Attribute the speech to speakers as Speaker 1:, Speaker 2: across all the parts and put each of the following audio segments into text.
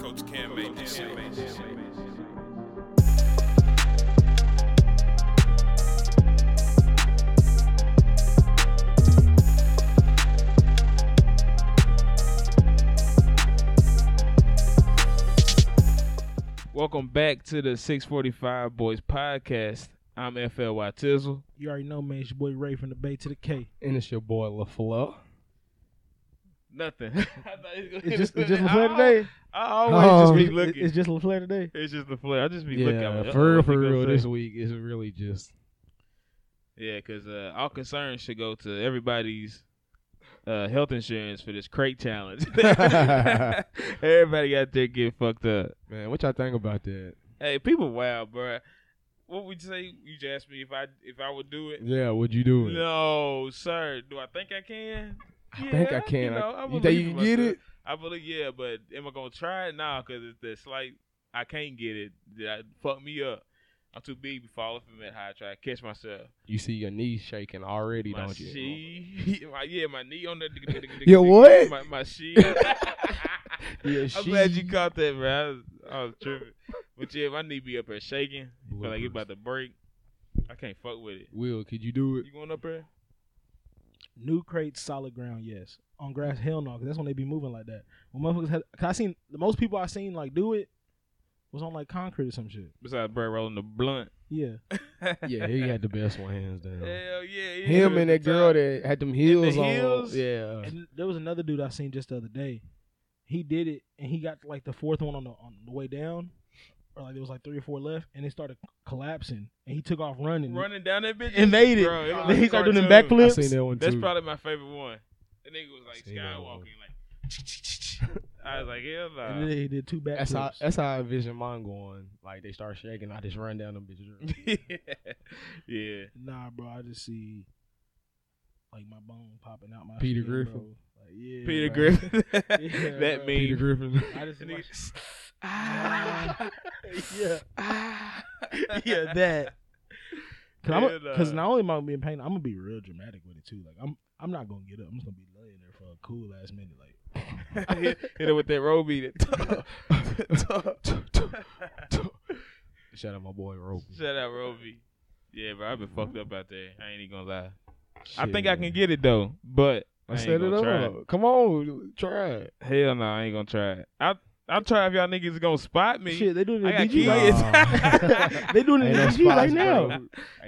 Speaker 1: Coach Cam made this.
Speaker 2: Welcome back to the 645 Boys Podcast. I'm FLY Tizzle.
Speaker 3: You already know, man. It's your boy Ray from the Bay to the K.
Speaker 4: And it's your boy LaFleur.
Speaker 2: Nothing. I thought he was gonna-
Speaker 3: It's just, it's just
Speaker 2: I
Speaker 3: LaFleur
Speaker 2: al-
Speaker 3: today.
Speaker 2: I always
Speaker 3: Oh,
Speaker 2: just
Speaker 3: it-
Speaker 2: be looking.
Speaker 3: It's just LaFleur today.
Speaker 2: It's just the flare. I just be looking. I'm
Speaker 4: Yeah,
Speaker 2: like, uh-oh,
Speaker 4: for real,
Speaker 2: what he
Speaker 4: for
Speaker 2: gonna
Speaker 4: real.
Speaker 2: say?
Speaker 4: This week is really just
Speaker 2: Yeah, because uh, all concerns should go to everybody's uh, health insurance for this crate challenge. Everybody out there get fucked up.
Speaker 4: man. What y'all think about that?
Speaker 2: Hey, people wild, bruh. What would you say? You just asked me if I if I would do it.
Speaker 4: Yeah, would you do it?
Speaker 2: No, sir. Do I think I can?
Speaker 4: I think
Speaker 2: Yeah,
Speaker 4: I can.
Speaker 2: you
Speaker 4: I-
Speaker 2: know, I
Speaker 4: you think
Speaker 2: believe
Speaker 4: you
Speaker 2: in
Speaker 4: can get
Speaker 2: myself.
Speaker 4: it?
Speaker 2: I believe, yeah, but am I gonna try it? Nah, cause it's the slight. I can't get it. That fuck me up. I'm too big to fall off him at high. I try to catch myself.
Speaker 4: You see your knees shaking already,
Speaker 2: my
Speaker 4: don't you?
Speaker 2: she, my, yeah, my knee on the.
Speaker 4: Your what?
Speaker 2: My, my she.
Speaker 4: Yeah,
Speaker 2: I'm glad you
Speaker 4: she-
Speaker 2: caught that, bro. I was, I was tripping, but yeah, my knee be up there shaking. Feel like it about to break. I can't fuck with it.
Speaker 4: Will, could you do it?
Speaker 2: You going up there?
Speaker 3: New crate, solid ground, yes. On grass, hell no, 'cause that's when they be moving like that. When motherfuckers had, cause I seen the most people I seen like do it was on like concrete or some shit.
Speaker 2: Besides, bro, rolling the blunt.
Speaker 3: Yeah,
Speaker 4: Yeah, he had the best one, hands down.
Speaker 2: Hell yeah, yeah.
Speaker 4: Him and that girl that had them heels on.
Speaker 2: heels?
Speaker 4: Yeah.
Speaker 3: and there was another dude I seen just the other day. He did it, and he got like the fourth one on the on the way down, or like there was like three or four left, and it started collapsing, and he took off running.
Speaker 2: running down that bitch
Speaker 3: And made it.
Speaker 2: Bro,
Speaker 3: Then
Speaker 2: was
Speaker 3: he started doing them
Speaker 2: cartoon.
Speaker 4: I
Speaker 3: backflips.
Speaker 4: seen that one
Speaker 2: That's
Speaker 4: too.
Speaker 2: probably my favorite one. The nigga was like
Speaker 4: Seen that one.
Speaker 2: skywalking, like. I was like, hell
Speaker 3: And
Speaker 2: no.
Speaker 3: then he did two backflips.
Speaker 4: that's how that's how I envision mine going. Like they start shaking, I just run down them bitches.
Speaker 2: yeah.
Speaker 3: Nah, bro, I just see like my bone popping out my
Speaker 4: Peter
Speaker 3: skin,
Speaker 4: Griffin.
Speaker 3: bro. Like, yeah,
Speaker 2: Peter
Speaker 3: bro.
Speaker 2: Griffin.
Speaker 3: Yeah,
Speaker 2: that
Speaker 3: bro.
Speaker 2: meme.
Speaker 4: Peter Griffin.
Speaker 3: I just
Speaker 2: And
Speaker 3: like,
Speaker 2: he- Ah.
Speaker 3: yeah,
Speaker 2: Ah.
Speaker 3: yeah, that. Cause, I'm
Speaker 2: And,
Speaker 3: a, Cause
Speaker 2: uh,
Speaker 3: not only am I gonna be in pain, I'm gonna be real dramatic with it too. Like I'm, I'm not gonna get up. I'm just gonna be laying there for a cool last minute. Like
Speaker 2: hit, hit it with that roll beat.
Speaker 4: Shout out my boy Rope.
Speaker 2: Shout out Roby. Mm-hmm. Yeah, bro, I've been fucked up out there. I ain't even gonna lie. I think I can get it though, but I,
Speaker 4: I
Speaker 2: ain't
Speaker 4: set it
Speaker 2: gonna
Speaker 4: up.
Speaker 2: try it.
Speaker 4: Come on, try it.
Speaker 2: Hell no, I ain't gonna try it. I I'll try if y'all niggas gonna spot me.
Speaker 3: shit, they doing
Speaker 2: I
Speaker 3: it
Speaker 2: got
Speaker 3: in
Speaker 2: kids.
Speaker 3: DG. Right? They doing it
Speaker 4: Ain't
Speaker 3: in
Speaker 4: no
Speaker 3: DG right
Speaker 4: spots,
Speaker 3: now.
Speaker 4: bro.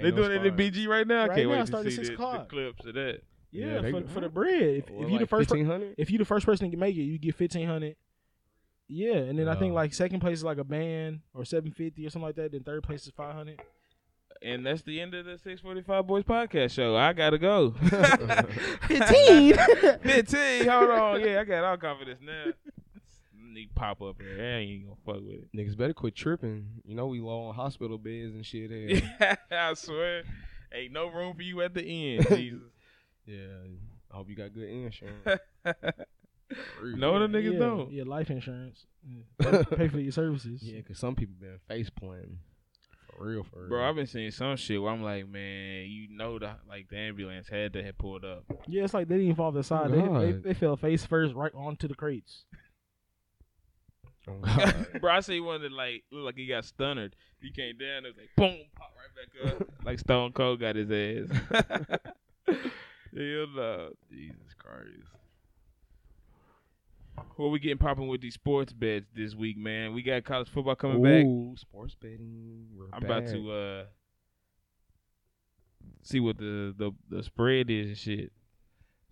Speaker 2: they doing it in BG right now. I
Speaker 3: Right
Speaker 2: can't
Speaker 3: now,
Speaker 2: wait to
Speaker 3: starting
Speaker 2: see
Speaker 3: at six
Speaker 2: the, the
Speaker 3: o'clock.
Speaker 2: clips of that.
Speaker 3: Yeah,
Speaker 4: Yeah, they-
Speaker 3: for, for the bread. If, if you the first, per-
Speaker 4: fifteen hundred.
Speaker 3: if you the first person to make it, you get fifteen hundred. Yeah, and then I think
Speaker 4: Yeah.
Speaker 3: like second place is like a band or seven fifty or something like that. Then third place is five hundred.
Speaker 2: And that's the end of the 645 Boys podcast show. I gotta go. 15. Hold on. Yeah, I got all confidence now. Need pop up here. I ain't gonna fuck with it.
Speaker 4: Niggas better quit tripping. You know we low on hospital beds and shit. Yeah,
Speaker 2: Yeah, I swear. Ain't no room for you at the end, Jesus.
Speaker 4: yeah. I hope you got good insurance.
Speaker 2: no, the niggas
Speaker 3: yeah,
Speaker 2: don't.
Speaker 3: Yeah, life insurance. Yeah. Pay- Pay for your services.
Speaker 4: Yeah, cause some people been face planting. For real, for real.
Speaker 2: Bro, I've been seeing some shit where I'm like, man, you know the like the ambulance had to have pulled up.
Speaker 3: Yeah, it's like they didn't fall to the side. They, they,
Speaker 4: God.
Speaker 3: they fell face first right onto the crates.
Speaker 4: Oh, God.
Speaker 2: Bro, I see one that like looked like he got stunned. He came down, it was like boom, pop right back up. like Stone Cold got his ass. Hell no. Jesus Christ. What we getting popping with these sports bets this week, man? We got college football coming back.
Speaker 4: Ooh, sports betting. We're
Speaker 2: I'm about
Speaker 4: back.
Speaker 2: to uh see what the, the the spread is and shit.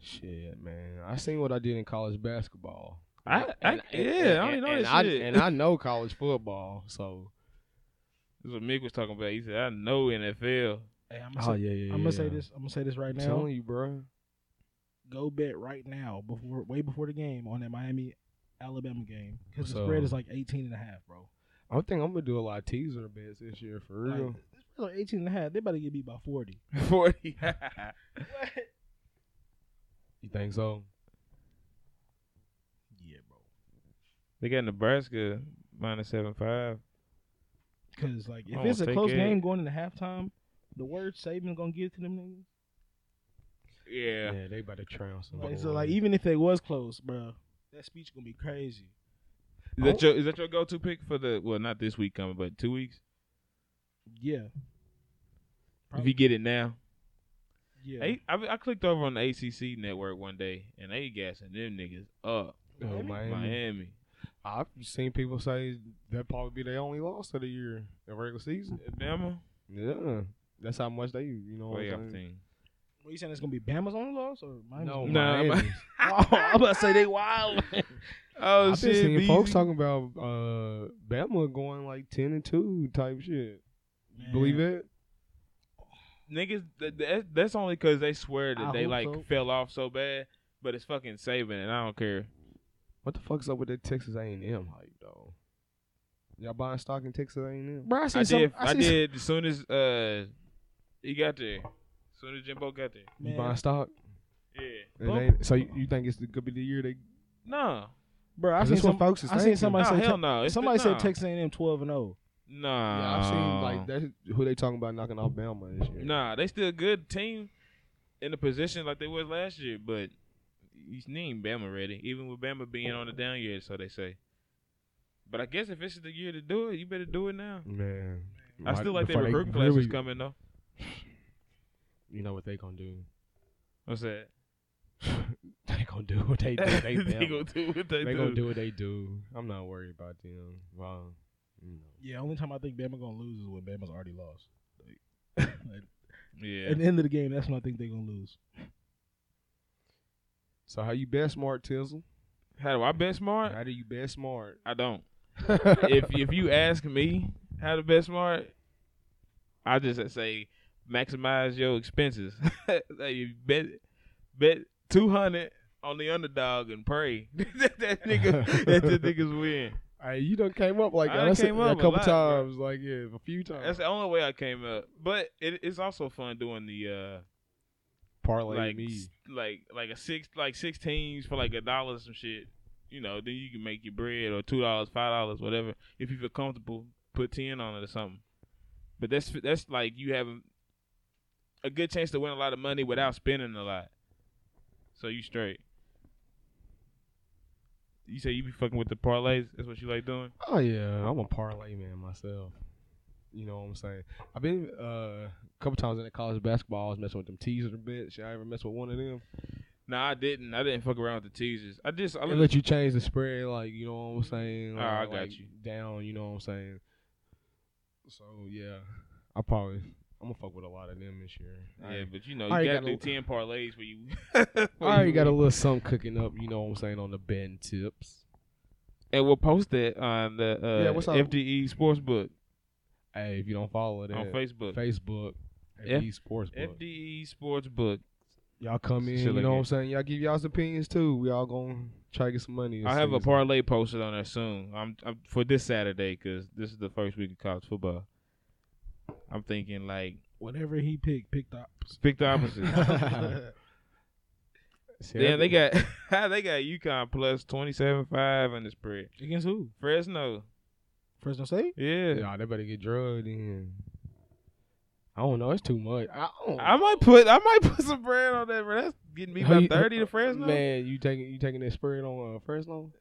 Speaker 4: Shit, man. I seen what I did in college basketball.
Speaker 2: I, I
Speaker 4: And-
Speaker 2: yeah,
Speaker 4: and-
Speaker 2: I don't even
Speaker 4: and-
Speaker 2: know
Speaker 4: and
Speaker 2: that
Speaker 4: I,
Speaker 2: shit.
Speaker 4: And I know college football, so.
Speaker 2: This is what Mick was talking about. He said, I know NFL.
Speaker 3: Hey, I'm gonna, say,
Speaker 4: Oh, yeah, yeah.
Speaker 3: I'm gonna say this. I'm gonna say this right
Speaker 4: I'm
Speaker 3: now.
Speaker 4: telling you, bro.
Speaker 3: Go bet right now before way before the game on that Miami Alabama game because the
Speaker 4: So-
Speaker 3: spread is like 18 and a half, bro.
Speaker 4: I think I'm gonna do a lot of teaser bets this year, for
Speaker 3: Like,
Speaker 4: real.
Speaker 3: this spread like 18 and a half. They better get beat by 40.
Speaker 2: 40.
Speaker 4: You think so?
Speaker 3: Yeah, bro.
Speaker 2: they got Nebraska minus 7.5.
Speaker 3: Because like if
Speaker 2: I
Speaker 3: it's
Speaker 2: won't
Speaker 3: a
Speaker 2: take
Speaker 3: close
Speaker 2: it.
Speaker 3: game going into halftime, the word Saban gonna give to them niggas.
Speaker 2: Yeah.
Speaker 4: Yeah, they about to trounce
Speaker 3: Like,
Speaker 4: somebody.
Speaker 3: so like even if they was close, bro, that speech gonna be crazy.
Speaker 2: Is that your is that your go to pick for the well not this week coming but two weeks?
Speaker 3: Yeah.
Speaker 2: If you get it now,
Speaker 3: yeah.
Speaker 2: Hey, I, I clicked over on the ACC network one day and they gassing them niggas up
Speaker 3: Miami?
Speaker 4: Oh, Miami.
Speaker 2: Miami.
Speaker 4: I've seen people say that probably be their only loss of the year, the regular season.
Speaker 2: Alabama,
Speaker 4: Yeah, that's how much they, you know. what
Speaker 2: way up
Speaker 4: I'm saying?
Speaker 2: thing.
Speaker 3: What you saying? It's gonna be Bama's only loss or Miami's?
Speaker 4: No,
Speaker 3: only
Speaker 2: Nah,
Speaker 4: Miami.
Speaker 2: Miami.
Speaker 3: loss? oh, I'm about to say they wild.
Speaker 2: Oh
Speaker 4: I've been
Speaker 2: shit,
Speaker 4: seeing
Speaker 2: BZ.
Speaker 4: folks talking about uh, Bama going like ten and two type shit. You Believe it?
Speaker 2: niggas. th- th- that's only because they swear that
Speaker 4: I
Speaker 2: they
Speaker 4: hope
Speaker 2: like
Speaker 4: so.
Speaker 2: fell off so bad. But it's fucking saving, and I don't care.
Speaker 4: What the fuck's up with that Texas A and M hype though? Y'all buying stock in Texas A and M?
Speaker 3: Bro, I, seen
Speaker 2: I
Speaker 3: some-
Speaker 2: did. I,
Speaker 3: seen some-
Speaker 2: did as soon as uh he got there. As soon as Jimbo got there.
Speaker 4: You
Speaker 3: Man.
Speaker 4: buying stock?
Speaker 2: Yeah.
Speaker 4: And
Speaker 3: Bump.
Speaker 4: they, so you, you think it's the, could be the year they?
Speaker 2: No.
Speaker 3: Bro, I
Speaker 4: Cause
Speaker 3: seen,
Speaker 4: that's what
Speaker 3: some,
Speaker 4: folks is
Speaker 3: I seen
Speaker 4: thinking.
Speaker 2: No,
Speaker 3: somebody say.
Speaker 2: hell
Speaker 3: Te-
Speaker 2: no. It's
Speaker 3: somebody
Speaker 2: the,
Speaker 3: said
Speaker 2: no.
Speaker 3: Texas A&M 12 and oh. 0.
Speaker 2: No.
Speaker 4: Yeah, I've
Speaker 2: Uh,
Speaker 4: seen like that's who they talking about knocking off Bama this year.
Speaker 2: Nah, they still a good team in the position like they was last year, but you need Bama ready, even with Bama being on the down year, so they say. But I guess if this is the year to do it, you better do it now.
Speaker 4: Man,
Speaker 2: I still like their
Speaker 4: Before they
Speaker 2: recruiting class is
Speaker 4: really-
Speaker 2: coming though.
Speaker 4: You know what they gonna do?
Speaker 2: What's that?
Speaker 4: they gonna do what they do. They,
Speaker 2: they
Speaker 4: Bama.
Speaker 2: gonna do what they,
Speaker 4: they,
Speaker 2: do.
Speaker 4: gonna do what they do. I'm not worried about them. Well, you know.
Speaker 3: Yeah, only time I think Bama gonna lose is when Bama's already lost.
Speaker 2: Yeah.
Speaker 3: At the end of the game, that's when I think they're gonna lose.
Speaker 4: So how you bet smart, Tizzle?
Speaker 2: How do I bet smart?
Speaker 4: How do you bet smart?
Speaker 2: I don't. if if you ask me how to bet smart, I just say maximize your expenses. Like, you bet bet two hundred on the underdog and pray that that nigga that the niggas win.
Speaker 4: hey, you done came up like
Speaker 2: I
Speaker 4: that.
Speaker 2: done
Speaker 4: That's
Speaker 2: came
Speaker 4: a,
Speaker 2: up
Speaker 4: a
Speaker 2: a
Speaker 4: couple
Speaker 2: lot, bro.
Speaker 4: times, like yeah, a few times.
Speaker 2: That's the only way I came up. But it, it's also fun doing the uh
Speaker 4: parlay
Speaker 2: like
Speaker 4: me.
Speaker 2: s- like like a six like six teams for like a dollar or some shit. You know, then you can make your bread or two dollars, five dollars, whatever. If you feel comfortable, put ten on it or something. But that's that's like you having a good chance to win a lot of money without spending a lot. So you straight. You say you be fucking with the parlays. That's what you like doing.
Speaker 4: Oh yeah, I'm a parlay man myself. You know what I'm saying? I've been uh, a couple times in the college basketball. I was messing with them teaser bits. Y'all ever mess with one of them?
Speaker 2: Nah, I didn't. I didn't fuck around with the teasers. I just I
Speaker 4: They let you change the spread, like you know what I'm saying.
Speaker 2: Oh, I
Speaker 4: like,
Speaker 2: got
Speaker 4: like,
Speaker 2: you.
Speaker 4: down. You know what I'm saying. So yeah, I probably I'm gonna fuck with a lot of them this year.
Speaker 2: yeah, but you know you
Speaker 4: I
Speaker 2: gotta do
Speaker 4: already got
Speaker 2: ten parlays where you.
Speaker 4: I already got a little something cooking up. You know what I'm saying on the Ben tips.
Speaker 2: and we'll post it on the uh,
Speaker 4: Yeah, what's up?
Speaker 2: FDE Sportsbook
Speaker 4: Hey, if you don't follow that
Speaker 2: on Facebook.
Speaker 4: Facebook,
Speaker 2: F-
Speaker 4: FD Sportsbook.
Speaker 2: FDE Sportsbook.
Speaker 4: Y'all come in.
Speaker 2: Shit
Speaker 4: You
Speaker 2: like
Speaker 4: know what
Speaker 2: that.
Speaker 4: I'm saying. Y'all give y'all's opinions too. We all gonna try to get some money. this
Speaker 2: I have a
Speaker 4: season.
Speaker 2: parlay posted on there soon. I'm, I'm for this Saturday because this is the first week of college football. I'm thinking like
Speaker 3: Whatever he picked, picked up.
Speaker 2: pick the opposite.
Speaker 4: See,
Speaker 2: Damn,
Speaker 4: every-
Speaker 2: they got they got UConn plus twenty seven five on the spread.
Speaker 3: Against who?
Speaker 2: Fresno,
Speaker 3: Fresno State?
Speaker 2: yeah.
Speaker 4: Nah, they better get drugged in. I don't know. It's too much. I don't.
Speaker 2: I might put I might put some bread on that, bro. That's getting me
Speaker 4: How
Speaker 2: about
Speaker 4: you-
Speaker 2: thirty to Fresno.
Speaker 4: Man, you taking you taking that spread on uh, Fresno?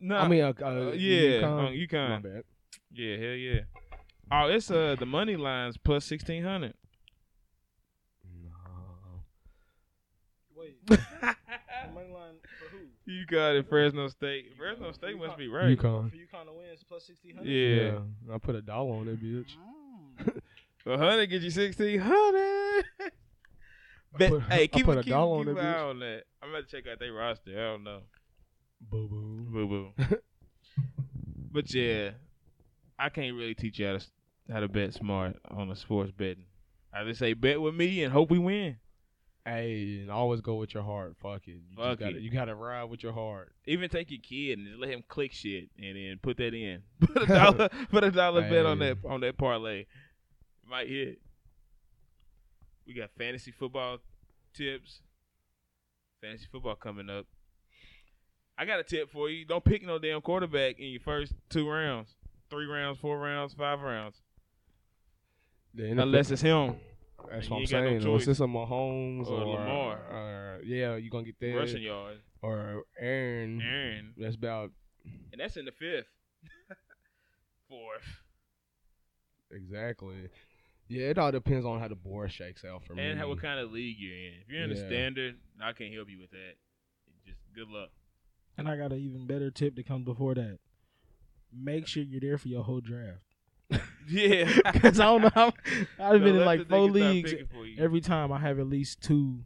Speaker 2: no,
Speaker 4: I mean, uh,
Speaker 2: uh,
Speaker 4: uh,
Speaker 2: yeah,
Speaker 4: UConn?
Speaker 2: on UConn.
Speaker 4: My bad.
Speaker 2: Yeah, hell yeah. Oh, it's uh the money lines plus sixteen hundred.
Speaker 4: No.
Speaker 3: Wait, money line for who?
Speaker 2: you got it, Fresno State. Fresno State must be right.
Speaker 4: UConn.
Speaker 3: UConn to win is plus sixteen
Speaker 2: Yeah,
Speaker 4: I put a dollar on that bitch.
Speaker 3: Mm.
Speaker 2: a hundred get you sixteen hundred.
Speaker 4: put-
Speaker 2: But hey,
Speaker 4: I
Speaker 2: keep
Speaker 4: put a
Speaker 2: keep, keep
Speaker 4: dollar on
Speaker 2: an
Speaker 4: that
Speaker 2: eye
Speaker 4: bitch.
Speaker 2: on that. I'm about to check out their roster. I don't know.
Speaker 4: Boo boo.
Speaker 2: Boo boo. but yeah, I can't really teach you how to s- how to bet smart on a sports betting. I just say bet with me and hope we win.
Speaker 4: Hey, and always go with your heart. Fuck it. You
Speaker 2: Fuck
Speaker 4: just gotta,
Speaker 2: it.
Speaker 4: You gotta ride with your heart.
Speaker 2: Even take your kid and just let him click shit and then put that in. Put a dollar put a dollar bet on that
Speaker 4: Hey.
Speaker 2: on that parlay. Might hit. We got fantasy football tips. Fantasy football coming up. I got a tip for you. Don't pick no damn quarterback in your first two rounds. Three rounds, four rounds, five rounds.
Speaker 4: The NFL
Speaker 2: Unless it's him.
Speaker 4: that's
Speaker 2: you
Speaker 4: what I'm
Speaker 2: ain't got no
Speaker 4: saying.
Speaker 2: choice.
Speaker 4: Unless it's a Mahomes
Speaker 2: Or
Speaker 4: or,
Speaker 2: Lamar.
Speaker 4: or- yeah, Mm-hmm. you gonna get that
Speaker 2: Rushing yards.
Speaker 4: or Aaron.
Speaker 2: Aaron.
Speaker 4: That's about
Speaker 2: and that's in the fifth, fourth.
Speaker 4: Exactly. Yeah, it all depends on how the board shakes out for me.
Speaker 2: and how, what kind of league you're in. If you're in the
Speaker 4: Yeah.
Speaker 2: standard, I can't help you with that. Just good luck.
Speaker 3: And I got an even better tip that comes before that. Make sure you're there for your whole draft.
Speaker 2: Yeah,
Speaker 3: Because I don't know. How, I've been in like four leagues.
Speaker 2: Every-
Speaker 3: Every time I have at least two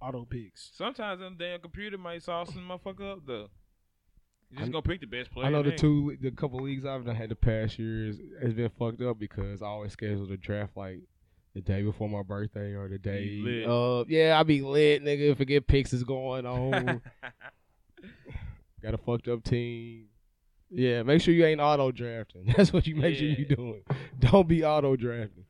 Speaker 3: auto picks.
Speaker 2: Sometimes them damn computer might sauce some motherfucker up though. You
Speaker 4: I-
Speaker 2: just gonna pick the best player.
Speaker 4: I know the
Speaker 2: ain't
Speaker 4: two, the couple leagues I've done had the past years has been fucked up because I always schedule the draft like the day before my birthday or the day.
Speaker 2: lit.
Speaker 4: Uh, yeah, I be lit, nigga. Forget picks is going on. Got a fucked up team. Yeah, make sure you ain't auto drafting. That's what you make sure you
Speaker 2: Yeah.
Speaker 4: doing. Don't be auto drafting.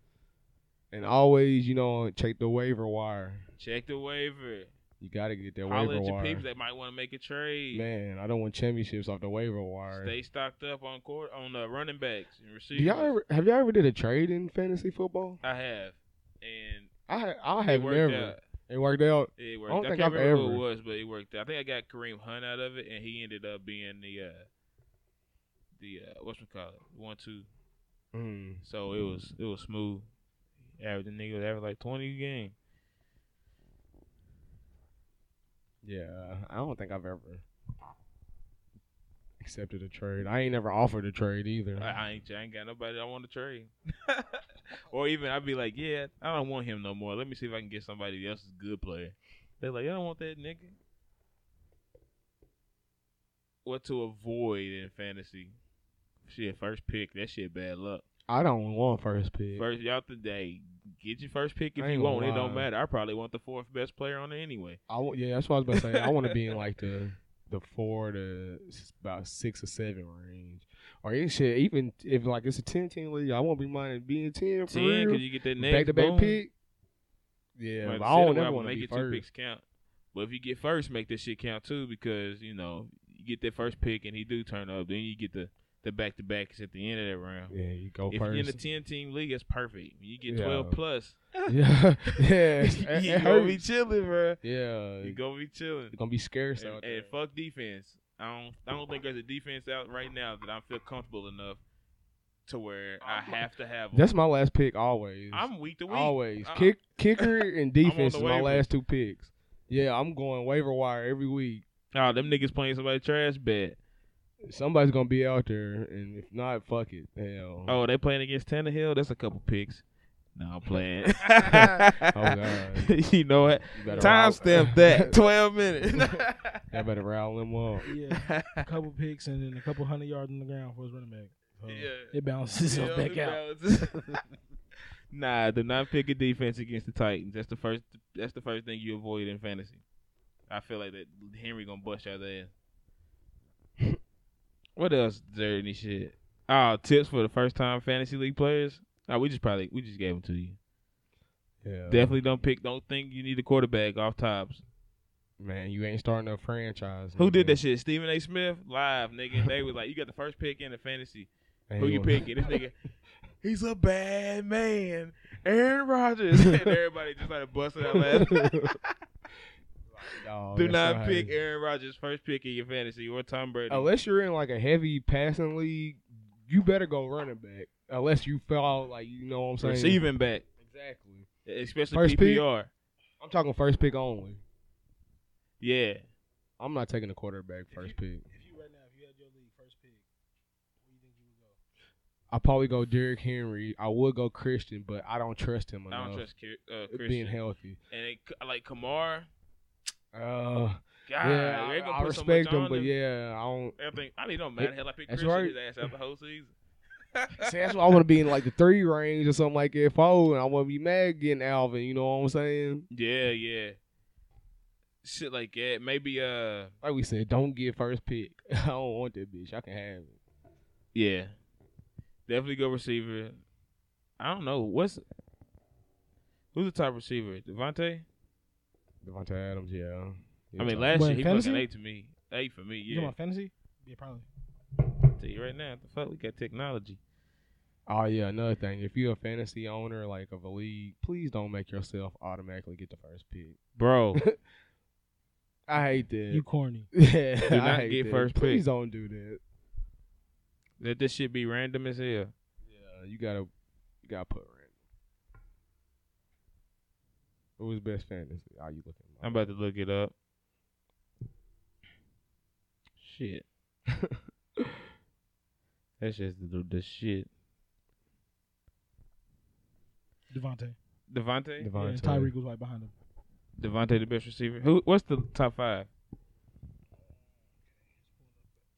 Speaker 4: And always, you know, check the waiver wire.
Speaker 2: Check the waiver.
Speaker 4: You gotta get that
Speaker 2: Holler
Speaker 4: waiver
Speaker 2: at your
Speaker 4: wire.
Speaker 2: peeps. They might want to make a trade.
Speaker 4: Man, I don't want championships off the waiver wire.
Speaker 2: Stay stocked up on court on uh, running backs and
Speaker 4: Do
Speaker 2: receivers.
Speaker 4: y'all ever, have y'all ever did a trade in fantasy football?
Speaker 2: I have, and
Speaker 4: I ha- I
Speaker 2: it
Speaker 4: have
Speaker 2: worked
Speaker 4: never.
Speaker 2: out.
Speaker 4: It worked out.
Speaker 2: It
Speaker 4: I don't
Speaker 2: worked. I,
Speaker 4: think
Speaker 2: can't
Speaker 4: I've
Speaker 2: remember who
Speaker 4: ever-
Speaker 2: it was, but it worked. out. I think I got Kareem Hunt out of it, and he ended up being the uh, the uh, what's it called one two.
Speaker 4: Mm.
Speaker 2: So it was it was smooth. Average the nigga was average like twenty a game.
Speaker 4: Yeah, I don't think I've ever accepted a trade. I ain't never offered a trade either.
Speaker 2: I, I ain't I ain't got nobody I want to trade. or even I'd be like, yeah, I don't want him no more. Let me see if I can get somebody else's good player. They're like, I don't want that nigga. What to avoid in fantasy? Shit, first pick. That shit bad luck.
Speaker 4: I don't want first pick.
Speaker 2: First y'all the day. Get your first pick if
Speaker 4: I ain't
Speaker 2: you
Speaker 4: gonna
Speaker 2: want. It don't
Speaker 4: lie.
Speaker 2: matter. I probably want the fourth best player on it anyway.
Speaker 4: I w- yeah, that's what I was about to say. I want to be in like the the four to s- about six or seven range, or even shit. Even if like it's a ten team league, I won't be minding being ten for
Speaker 2: Ten,
Speaker 4: real.
Speaker 2: cause you get that next
Speaker 4: Back to back
Speaker 2: boom.
Speaker 4: pick. Yeah,
Speaker 2: Like
Speaker 4: but
Speaker 2: the
Speaker 4: I don't
Speaker 2: center
Speaker 4: ever
Speaker 2: would
Speaker 4: want to
Speaker 2: make your
Speaker 4: be
Speaker 2: two
Speaker 4: first.
Speaker 2: picks count. But if you get first, make this shit count too, because you know you get that first pick and he do turn up. Then you get the the back to backs at the end of that round.
Speaker 4: Yeah, you go
Speaker 2: if you're in a
Speaker 4: first.
Speaker 2: ten team league, it's perfect. When you get
Speaker 4: Yeah.
Speaker 2: twelve plus,
Speaker 4: yeah, yeah, it, it
Speaker 2: you gonna be
Speaker 4: hurts.
Speaker 2: chilling, bro.
Speaker 4: Yeah,
Speaker 2: You gonna be chilling.
Speaker 4: It's gonna be scarce out
Speaker 2: And,
Speaker 4: there.
Speaker 2: and fuck defense. I don't I don't think there's a defense out right now that I feel comfortable enough to where I have to have. 'em.
Speaker 4: That's my last pick always.
Speaker 2: I'm week to week.
Speaker 4: always
Speaker 2: I-
Speaker 4: kick kicker and defense
Speaker 2: the
Speaker 4: is my
Speaker 2: waivers.
Speaker 4: last two picks. Yeah, I'm going waiver wire every week.
Speaker 2: Oh, them niggas playing somebody trash bad.
Speaker 4: Somebody's gonna be out there, and if not, fuck it. Hell.
Speaker 2: Oh, they playing against Tannehill. That's a couple picks. No, I'm playing.
Speaker 4: Oh, God.
Speaker 2: you know what?
Speaker 4: You better rile-
Speaker 2: Timestamp that. Twelve minutes.
Speaker 4: I better rile them up.
Speaker 3: Yeah. a couple picks and then a couple hundred yards on the ground for his running back. So
Speaker 2: yeah.
Speaker 3: It balances itself back out.
Speaker 2: nah, do not pick a defense against the Titans. That's the first. That's the first thing you avoid in fantasy. I feel like that Henry gonna bust y'all ass. what else? Is there any shit? Oh, tips for the first time fantasy league players. Oh, we just probably we just gave them to you.
Speaker 3: Uh,
Speaker 4: Yeah.
Speaker 2: Definitely don't pick. Don't think you need a quarterback off tops.
Speaker 4: Man, you ain't starting a franchise.
Speaker 2: Who did
Speaker 4: nigga.
Speaker 2: that shit? Stephen A. Smith live, nigga. They was like, "You got the first pick in the fantasy.
Speaker 4: Ain't
Speaker 2: Who you
Speaker 4: gonna-
Speaker 2: picking?" This nigga, he's a bad man, Aaron Rodgers. and everybody just started busting out laughing.
Speaker 4: Dawg,
Speaker 2: Do
Speaker 4: Oh, that's
Speaker 2: not
Speaker 4: how
Speaker 2: pick
Speaker 4: it is.
Speaker 2: Aaron Rodgers first pick in your fantasy or Tom Brady.
Speaker 4: Unless you're in like a heavy passing league, you better go running back. Unless you fall like you know what I'm saying.
Speaker 2: receiving back,
Speaker 4: Exactly.
Speaker 2: especially
Speaker 4: First pick?
Speaker 2: PPR.
Speaker 4: I'm talking first pick only.
Speaker 2: Yeah,
Speaker 4: I'm not taking a quarterback first pick.
Speaker 3: If you right now, if you had your league first pick, where you think you would go?
Speaker 4: I probably go Derrick Henry. I would go Christian, but I don't trust him
Speaker 2: I
Speaker 4: enough.
Speaker 2: don't trust Ki- uh, Christian.
Speaker 4: being healthy.
Speaker 2: And it, like Kamara,
Speaker 4: Uh,
Speaker 2: God,
Speaker 4: yeah, I,
Speaker 2: they're Ah, gonna
Speaker 4: I
Speaker 2: put so much
Speaker 4: respect him,
Speaker 2: on
Speaker 4: but yeah, I don't.
Speaker 2: Everything. I mean, it don't matter. Hell, I picked
Speaker 4: That's
Speaker 2: Christian
Speaker 4: right.
Speaker 2: his ass out the whole season.
Speaker 4: See, that's why I want to be in like the three range or something like that. Four, and I want to be mad getting Alvin. You know what I'm saying?
Speaker 2: Yeah, yeah. Shit like that. Maybe uh
Speaker 4: Like we said, don't get first pick. I don't want that bitch. I can have it.
Speaker 2: yeah. Definitely go receiver. I don't know. What's who's the top receiver? Devontae?
Speaker 4: Devontae Adams, yeah.
Speaker 2: I mean last year
Speaker 3: Wait,
Speaker 2: he
Speaker 3: fantasy?
Speaker 2: fucking eight to me. Eight for me,
Speaker 3: You talking
Speaker 2: yeah.
Speaker 3: about fantasy? Yeah, probably.
Speaker 2: Tell you right now, the fuck we got technology.
Speaker 4: Oh yeah, another thing. If you're a fantasy owner like of a league, please don't make yourself automatically get the first pick.
Speaker 2: Bro.
Speaker 4: I hate that.
Speaker 3: You corny.
Speaker 4: yeah,
Speaker 2: Do
Speaker 4: I
Speaker 2: not
Speaker 4: hate
Speaker 2: get
Speaker 4: that.
Speaker 2: first pick.
Speaker 4: Please don't do that.
Speaker 2: Let this shit be random as hell.
Speaker 4: Yeah, you gotta, you gotta put random. Who is best fantasy? Are you looking?
Speaker 2: I'm about to look it up.
Speaker 3: Shit.
Speaker 2: That's just the, the shit.
Speaker 3: Devontae.
Speaker 2: Devontae?
Speaker 3: Yeah,
Speaker 4: Devontae.
Speaker 3: Tyreek was right behind him.
Speaker 2: Devontae the best receiver. Who what's the top five?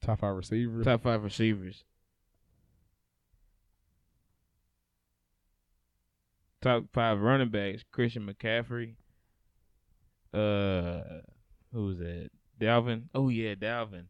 Speaker 4: Top five receiver.
Speaker 2: Top five receivers. Top five running backs: Christian McCaffrey. Uh, who was that? Dalvin. Oh yeah, Dalvin.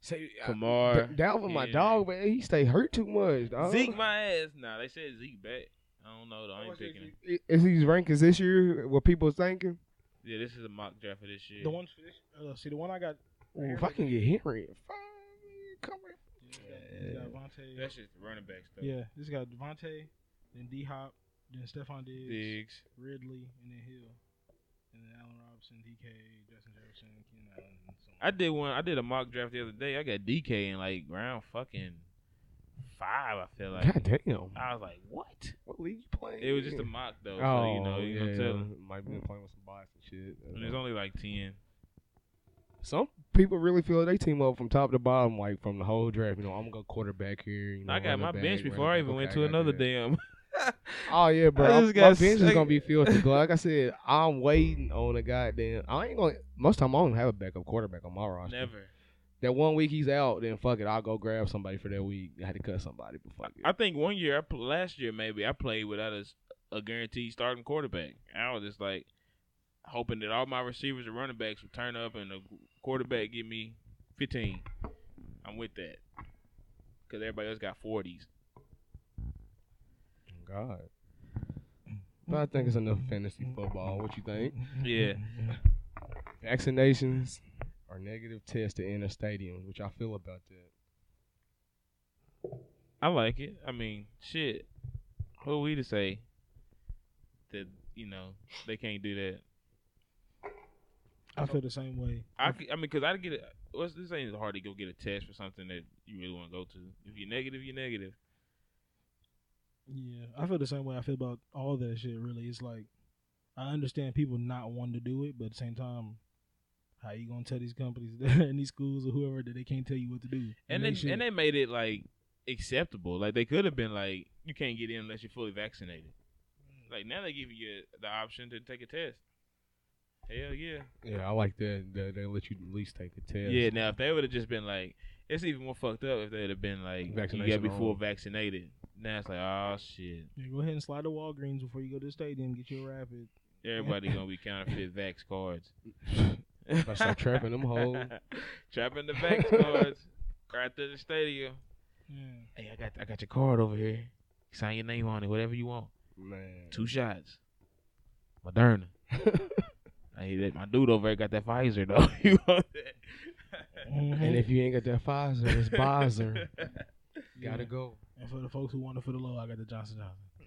Speaker 4: Say, uh,
Speaker 2: Kamar.
Speaker 4: D- Dalvin, my
Speaker 2: Yeah.
Speaker 4: dog, man, he stay hurt too much.
Speaker 3: oh.
Speaker 4: Dog.
Speaker 2: Zeke, my ass. Nah, they said Zeke back. I don't know. Though. I ain't picking him.
Speaker 4: I- Is he rankings this year? What people thinking?
Speaker 2: Yeah, this is a mock draft for this year.
Speaker 3: The one, for this- uh, see, the one I got.
Speaker 4: Ooh, if I can get Henry, at five, man, come here.
Speaker 3: This got Devontae.
Speaker 2: That's just running back stuff.
Speaker 3: yeah, this got Devontae, then D Hop, then Stephon Diggs,
Speaker 2: Diggs.
Speaker 3: Ridley, and then Hill, and then Allen Robinson, DK, Justin Jefferson, Keenan Allen, and so on.
Speaker 2: I did one. I did a mock draft the other day. I got DK in like round fucking five. I feel like.
Speaker 4: God damn.
Speaker 2: I was like, what?
Speaker 4: What league you playing?
Speaker 2: It was just a mock though, so
Speaker 4: Oh,
Speaker 2: you know, you
Speaker 4: yeah,
Speaker 2: know, tell them.
Speaker 4: might be playing with some bias and shit.
Speaker 2: And there's only like ten.
Speaker 4: some people really feel they team up from top to bottom, like from the whole draft. You know, I'm gonna go quarterback here. You know,
Speaker 2: I got
Speaker 4: running
Speaker 2: my
Speaker 4: back,
Speaker 2: bench before I
Speaker 4: running
Speaker 2: even
Speaker 4: back.
Speaker 2: went
Speaker 4: Okay,
Speaker 2: to
Speaker 4: I got
Speaker 2: another
Speaker 4: that.
Speaker 2: damn.
Speaker 4: Oh yeah, bro.
Speaker 2: I
Speaker 4: I
Speaker 2: just
Speaker 4: my
Speaker 2: got
Speaker 4: bench is
Speaker 2: sick.
Speaker 4: gonna be filthy. bro. Like I said, I'm waiting on a goddamn. I ain't gonna. Most time I don't have a backup quarterback on my roster.
Speaker 2: Never.
Speaker 4: That one week he's out, then fuck it. I'll go grab somebody for that week. I had to cut somebody, but fuck it.
Speaker 2: I think one year, I pl- last year maybe, I played without a, s- a guaranteed starting quarterback. I was just like hoping that all my receivers and running backs would turn up and the quarterback give me 15. I'm with that because everybody else got 40s.
Speaker 4: God. But I think it's enough fantasy football. What you think?
Speaker 2: Yeah.
Speaker 4: Vaccinations are negative tests to enter stadiums. Which I feel about that.
Speaker 2: I like it. I mean, shit. Who are we to say that you know they can't do that?
Speaker 3: I feel the same way.
Speaker 2: I, c- I mean, because I get it. What's this ain't hard to go get a test for something that you really want to go to. If you're negative, you're negative.
Speaker 3: Yeah, I feel the same way I feel about all that shit. Really, it's like I understand people not wanting to do it, but at the same time, how you gonna tell these companies and these schools or whoever that they can't tell you what to do?
Speaker 2: And they,
Speaker 3: should.
Speaker 2: and they made it like acceptable. Like they could have been like, you can't get in unless you're fully vaccinated. Like now they give you the option to take a test. Hell yeah.
Speaker 4: Yeah, I like that. that they let you at least take the test.
Speaker 2: Yeah. Now if they would have just been like, it's even more fucked up if they'd have been like, you
Speaker 4: Vaccination
Speaker 2: got to be full
Speaker 4: only.
Speaker 2: vaccinated. Now it's like, oh shit.
Speaker 3: Yeah, go ahead and slide to Walgreens before you go to the stadium. Get your rapid.
Speaker 2: Everybody gonna be counterfeit vax cards.
Speaker 4: Gotta start trapping them
Speaker 2: Oh.
Speaker 4: hoes.
Speaker 2: Trapping the vax cards right to the stadium.
Speaker 3: Yeah.
Speaker 2: Hey, I got I got your card over here. Sign your name on it, whatever you want.
Speaker 4: Man.
Speaker 2: Two shots. Moderna. Hey, that my dude over there got that Pfizer though. you want that?
Speaker 4: and if you ain't got that Pfizer, it's Pfizer. Gotta go.
Speaker 3: And for the folks who want to for the low, I got the Johnson Johnson.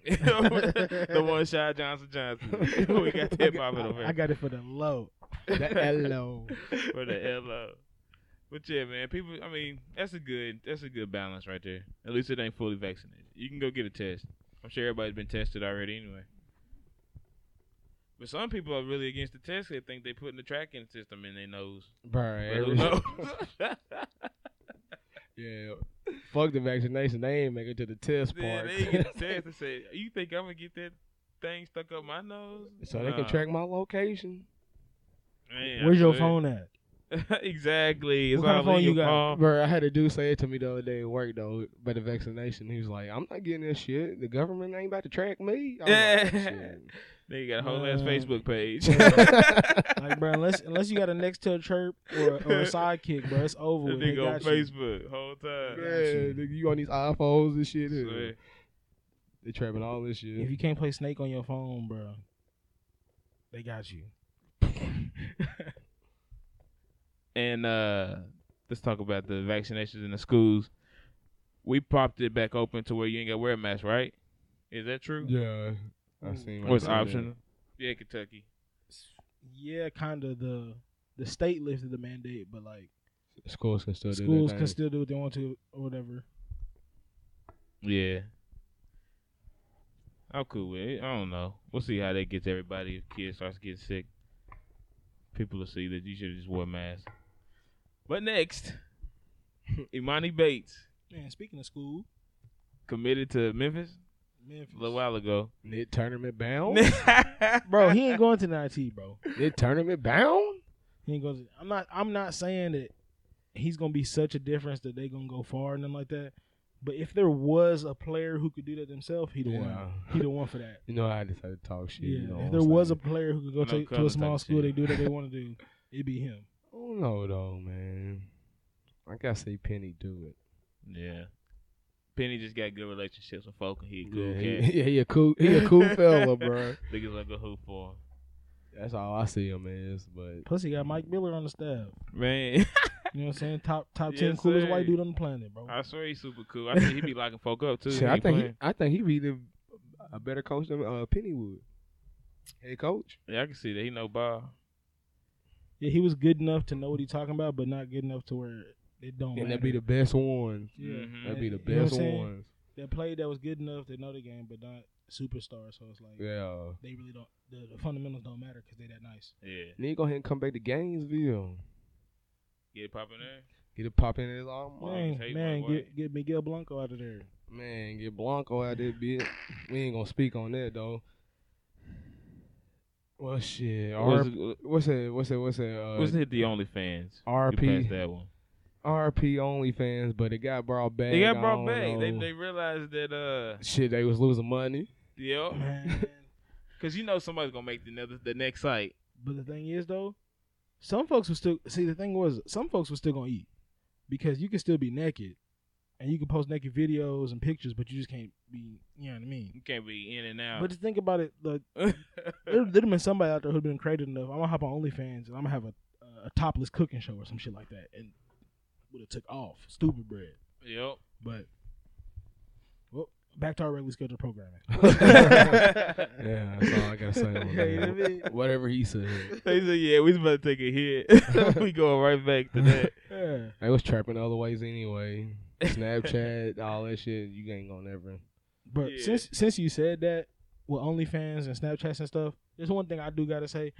Speaker 2: the one shot Johnson Johnson. we got that popping over
Speaker 3: I, I
Speaker 2: here
Speaker 3: got it for the low.
Speaker 4: hello.
Speaker 2: for the LO. But yeah, man, people. I mean, that's a good that's a good balance right there. At least it ain't fully vaccinated. You can go get a test. I'm sure everybody's been tested already anyway. But some people are really against the test. They think they putting the tracking system in their nose.
Speaker 4: Bro,
Speaker 2: But who
Speaker 4: every-
Speaker 2: knows?
Speaker 4: yeah. Fuck the vaccination. They ain't make it to the test
Speaker 2: Yeah,
Speaker 4: part.
Speaker 2: they get a test and say, "You think I'm gonna get that thing stuck up my nose?"
Speaker 4: so they can
Speaker 2: Nah.
Speaker 4: track my location.
Speaker 2: Man, I
Speaker 3: Where's your
Speaker 2: swear.
Speaker 3: phone at?
Speaker 2: exactly. It's
Speaker 3: What kind
Speaker 2: all
Speaker 3: of phone
Speaker 2: in
Speaker 3: you
Speaker 2: your
Speaker 3: got?
Speaker 2: palm.
Speaker 4: Bro, I had a dude say it to me the other day at work though, about the vaccination. He was like, "I'm not getting this shit. The government ain't about to track me." I was like, "Oh, "Shit."
Speaker 2: Nigga got a whole ass
Speaker 3: Uh,
Speaker 2: Facebook page.
Speaker 3: Like, bro, unless unless you got a next to a chirp or, or a sidekick, bro, it's over.
Speaker 2: The
Speaker 3: With. They
Speaker 2: nigga on
Speaker 3: got you.
Speaker 2: Facebook whole time.
Speaker 4: Yeah, nigga, you on these iPhones and shit. yeah.
Speaker 2: Swear.
Speaker 4: They trapping all this
Speaker 3: If
Speaker 4: shit.
Speaker 3: you can't play Snake on your phone, bro, they got you.
Speaker 2: And uh, let's talk about the vaccinations in the schools. We popped it back open to where you ain't got to wear a mask, right? Is that true?
Speaker 4: Yeah, I
Speaker 3: Ooh.
Speaker 4: seen.
Speaker 2: Or it's
Speaker 4: I seen that.
Speaker 2: optional? Yeah, Kentucky.
Speaker 3: Yeah, kind of the the state lifted the mandate, but like
Speaker 4: Schools can still do
Speaker 3: schools
Speaker 4: their
Speaker 3: can
Speaker 4: thing.
Speaker 3: still do what they want to or whatever.
Speaker 2: Yeah. I'm cool with it. I don't know. We'll see how that gets everybody if kids starts getting sick. People will see that you should have just wore a mask. But next, Imani Bates
Speaker 3: Man, speaking of school,
Speaker 2: committed to Memphis
Speaker 3: Memphis.
Speaker 2: a little while ago.
Speaker 4: Mid tournament bound.
Speaker 3: Bro, he ain't going to the IT, bro.
Speaker 4: Mid tournament bound.
Speaker 3: He ain't going to, I'm not I'm not saying that he's gonna be such a difference that they gonna go far and nothing like that. But if there was a player who could do that themselves, he the one. He the one for that.
Speaker 4: You know, I decided to talk shit.
Speaker 3: Yeah.
Speaker 4: you know what
Speaker 3: if
Speaker 4: I'm
Speaker 3: there was a
Speaker 4: saying?
Speaker 3: player who could go
Speaker 2: No
Speaker 3: to, to
Speaker 2: color
Speaker 3: a small
Speaker 2: type
Speaker 3: school, they
Speaker 2: shit.
Speaker 3: do what they want to do, it'd be him.
Speaker 4: I don't know though, man. I gotta say, Penny do it.
Speaker 2: yeah. Penny just got good relationships with folk and he a cool
Speaker 4: yeah,
Speaker 2: cat.
Speaker 4: he, yeah, he a cool, he a cool fella, bro.
Speaker 2: Niggas like a hoop for him.
Speaker 4: That's all I see him as. But
Speaker 3: Plus, he got Mike Miller on the staff.
Speaker 2: Man,
Speaker 3: You know what I'm saying? Top top
Speaker 2: Yes,
Speaker 3: ten coolest white
Speaker 2: sir.
Speaker 3: dude on the planet, bro.
Speaker 2: I swear he's super cool. I think he be locking folk up too.
Speaker 4: shit,
Speaker 2: when
Speaker 4: I
Speaker 2: he
Speaker 4: think, he,
Speaker 2: playing.
Speaker 4: I think he be the, a better coach than uh, Penny would. Hey, coach.
Speaker 2: yeah, I can see that he know ball.
Speaker 3: Yeah, he was good enough to know what he's talking about, but not good enough to where it don't.
Speaker 4: and
Speaker 3: matter.
Speaker 4: that'd be the best one.
Speaker 3: Oh, yeah.
Speaker 2: Mhm.
Speaker 4: That'd be the
Speaker 3: You know what I'm
Speaker 4: best
Speaker 3: saying?
Speaker 4: ones.
Speaker 3: that played that was good enough to know the game, but not superstar. So it's like
Speaker 4: Yeah.
Speaker 3: they really don't. The, the fundamentals don't matter because they that nice.
Speaker 2: Yeah.
Speaker 4: Then he go ahead and come back to Gainesville.
Speaker 2: Get it popping there.
Speaker 4: Get it popping in his arm.
Speaker 2: Well,
Speaker 3: man,
Speaker 2: I'll tell you
Speaker 3: man,
Speaker 2: what, what-
Speaker 3: get get Miguel Blanco out of there.
Speaker 4: Man, get Blanco out there, bitch. We ain't gonna speak on that though. Well, shit.
Speaker 2: Was
Speaker 4: R- what's that? What's that? What's that? Uh,
Speaker 2: Wasn't it the OnlyFans? We passed
Speaker 4: RP
Speaker 2: that one.
Speaker 4: RP OnlyFans, but it got brought back.
Speaker 2: They
Speaker 4: I
Speaker 2: got brought
Speaker 4: don't
Speaker 2: back. They
Speaker 4: know.
Speaker 2: they realized that uh
Speaker 4: shit, they was losing money.
Speaker 2: yeah,
Speaker 3: Man,
Speaker 2: because you know somebody's gonna make the another the next site.
Speaker 3: but the thing is though, some folks were still. See, the thing was, some folks were still gonna eat because you can still be naked, and you can post naked videos and pictures, but you just can't be. You know what I mean?
Speaker 2: You can't be in and out.
Speaker 3: But to think about it, like
Speaker 2: Uh,
Speaker 3: there would have been somebody out there who'd been creative enough. I'm gonna hop on OnlyFans and I'm gonna have a a topless cooking show or some shit like that, and would have took off. Stupid bread,
Speaker 2: yep.
Speaker 3: but well, back to our regularly scheduled programming.
Speaker 4: yeah, that's all I gotta say. On
Speaker 2: You know
Speaker 4: that.
Speaker 2: what I mean?
Speaker 4: Whatever he said,
Speaker 2: They said, "Yeah, we was about to take a hit. we going right back to that."
Speaker 3: Yeah,
Speaker 4: they was trapping other ways anyway. Snapchat, all that shit. You ain't gonna never.
Speaker 3: but
Speaker 2: Yeah.
Speaker 3: since since you said that with OnlyFans and Snapchats and stuff, there's one thing I do gotta say.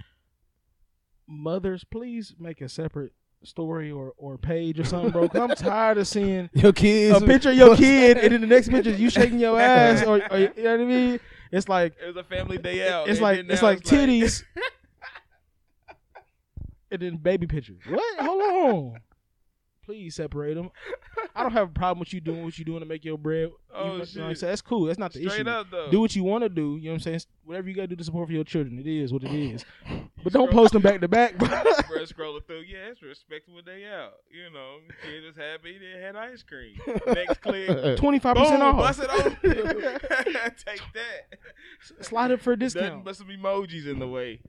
Speaker 3: Mothers, please make a separate story or or page or something, bro. 'cause I'm tired of seeing
Speaker 4: Your kids.
Speaker 3: a picture of your kid, and then the next picture is you shaking your ass, or, or you know what I mean. It's like
Speaker 2: It was a family day out.
Speaker 3: it's
Speaker 2: Oh, and
Speaker 3: like
Speaker 2: then
Speaker 3: it's
Speaker 2: now
Speaker 3: like titties, and then baby picture. What? Hold on. Please separate them. I don't have a problem with you doing what you doing to make your bread. You-
Speaker 2: Oh,
Speaker 3: you know what I'm
Speaker 2: shit.
Speaker 3: saying? That's cool. That's not the
Speaker 2: straight
Speaker 3: issue.
Speaker 2: up though.
Speaker 3: Do what you want to do. You know what I'm saying? Whatever you got to do to support for your children, it is what it is. But
Speaker 2: Scroll-
Speaker 3: don't post them back to back. bro.
Speaker 2: Bruh, scrolling through, yeah, it's a respectable day out. You know, kids was happy they had ice cream. Next click,
Speaker 3: Twenty-five
Speaker 2: boom,
Speaker 3: percent
Speaker 2: bust
Speaker 3: off.
Speaker 2: it off. Take that.
Speaker 3: Slide it for a
Speaker 2: Nothing
Speaker 3: discount.
Speaker 2: but some emojis in the way.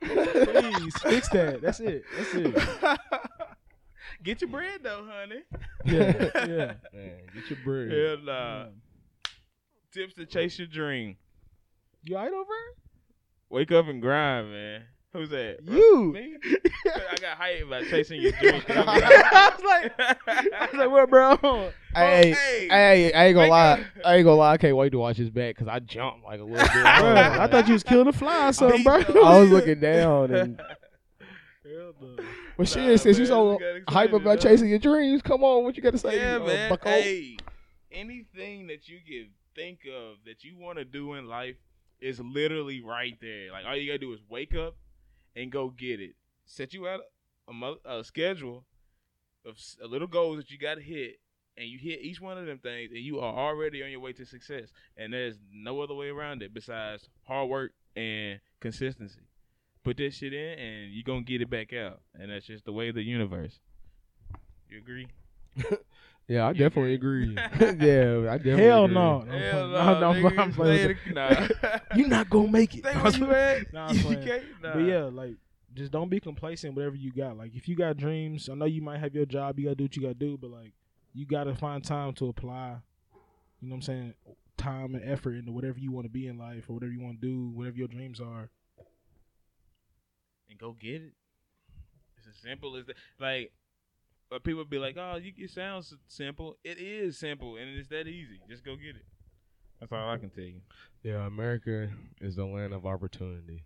Speaker 3: Please fix that. That's it. That's it.
Speaker 2: Get your bread though, honey.
Speaker 3: Yeah, yeah.
Speaker 4: Man, get your bread.
Speaker 2: Hell nah. Tips to chase your dream.
Speaker 3: You all right over?
Speaker 2: Wake up and grind, man. Who's that?
Speaker 3: You.
Speaker 2: Me? I got hyped by chasing your dream.
Speaker 3: I was like, I was like, what, bro?
Speaker 4: Hey,
Speaker 2: hey.
Speaker 4: hey, hey, I ain't gonna
Speaker 2: Wake
Speaker 4: lie.
Speaker 2: up.
Speaker 4: I ain't gonna lie. I can't wait to watch this back because I jumped like a little bit.
Speaker 3: bro? I thought you was killing a fly or something, bro.
Speaker 4: I was looking down and
Speaker 3: Hell no.
Speaker 4: well,
Speaker 2: Nah,
Speaker 4: shit. since you
Speaker 2: man,
Speaker 4: so
Speaker 2: got excited,
Speaker 4: hype about
Speaker 2: huh?
Speaker 4: chasing your dreams, come on, what you gotta say?
Speaker 2: Yeah,
Speaker 3: Oh,
Speaker 4: uh,
Speaker 2: man.
Speaker 4: bucko?
Speaker 2: Hey, anything that you can think of that you want to do in life is literally right there. Like all you gotta do is wake up and go get it. Set you out a, mo- a schedule of s- a little goals that you gotta hit, and you hit each one of them things, and you are already on your way to success. And there's no other way around it besides hard work and consistency. Put that shit in, and you're gonna get it back out. And that's just the way of the universe. You agree?
Speaker 4: Yeah, I definitely agree. yeah, I definitely.
Speaker 3: Hell
Speaker 4: agree.
Speaker 3: Oh, no. I'm
Speaker 2: Hell
Speaker 3: playing-
Speaker 2: no,
Speaker 3: no, no,
Speaker 2: nigga,
Speaker 3: I'm playing with
Speaker 2: stay the-
Speaker 3: that.
Speaker 2: nah.
Speaker 3: You're not going to make it.
Speaker 2: Stay where you at.
Speaker 3: Nah, I'm
Speaker 2: you
Speaker 3: playing.
Speaker 2: can't. Nah.
Speaker 3: But yeah, like, just don't be complacent whatever you got. Like, if you got dreams, I know you might have your job, you got to do what you got to do, but, like, you got to find time to apply, you know what I'm saying, time and effort into whatever you want to be in life or whatever you want to do, whatever your dreams are.
Speaker 2: and go get it. It's as simple as that. Like, but people be like, "Oh, you, it sounds simple. It is simple, and it's that easy. Just go get it." That's all I can tell you.
Speaker 4: Yeah, America is the land of opportunity.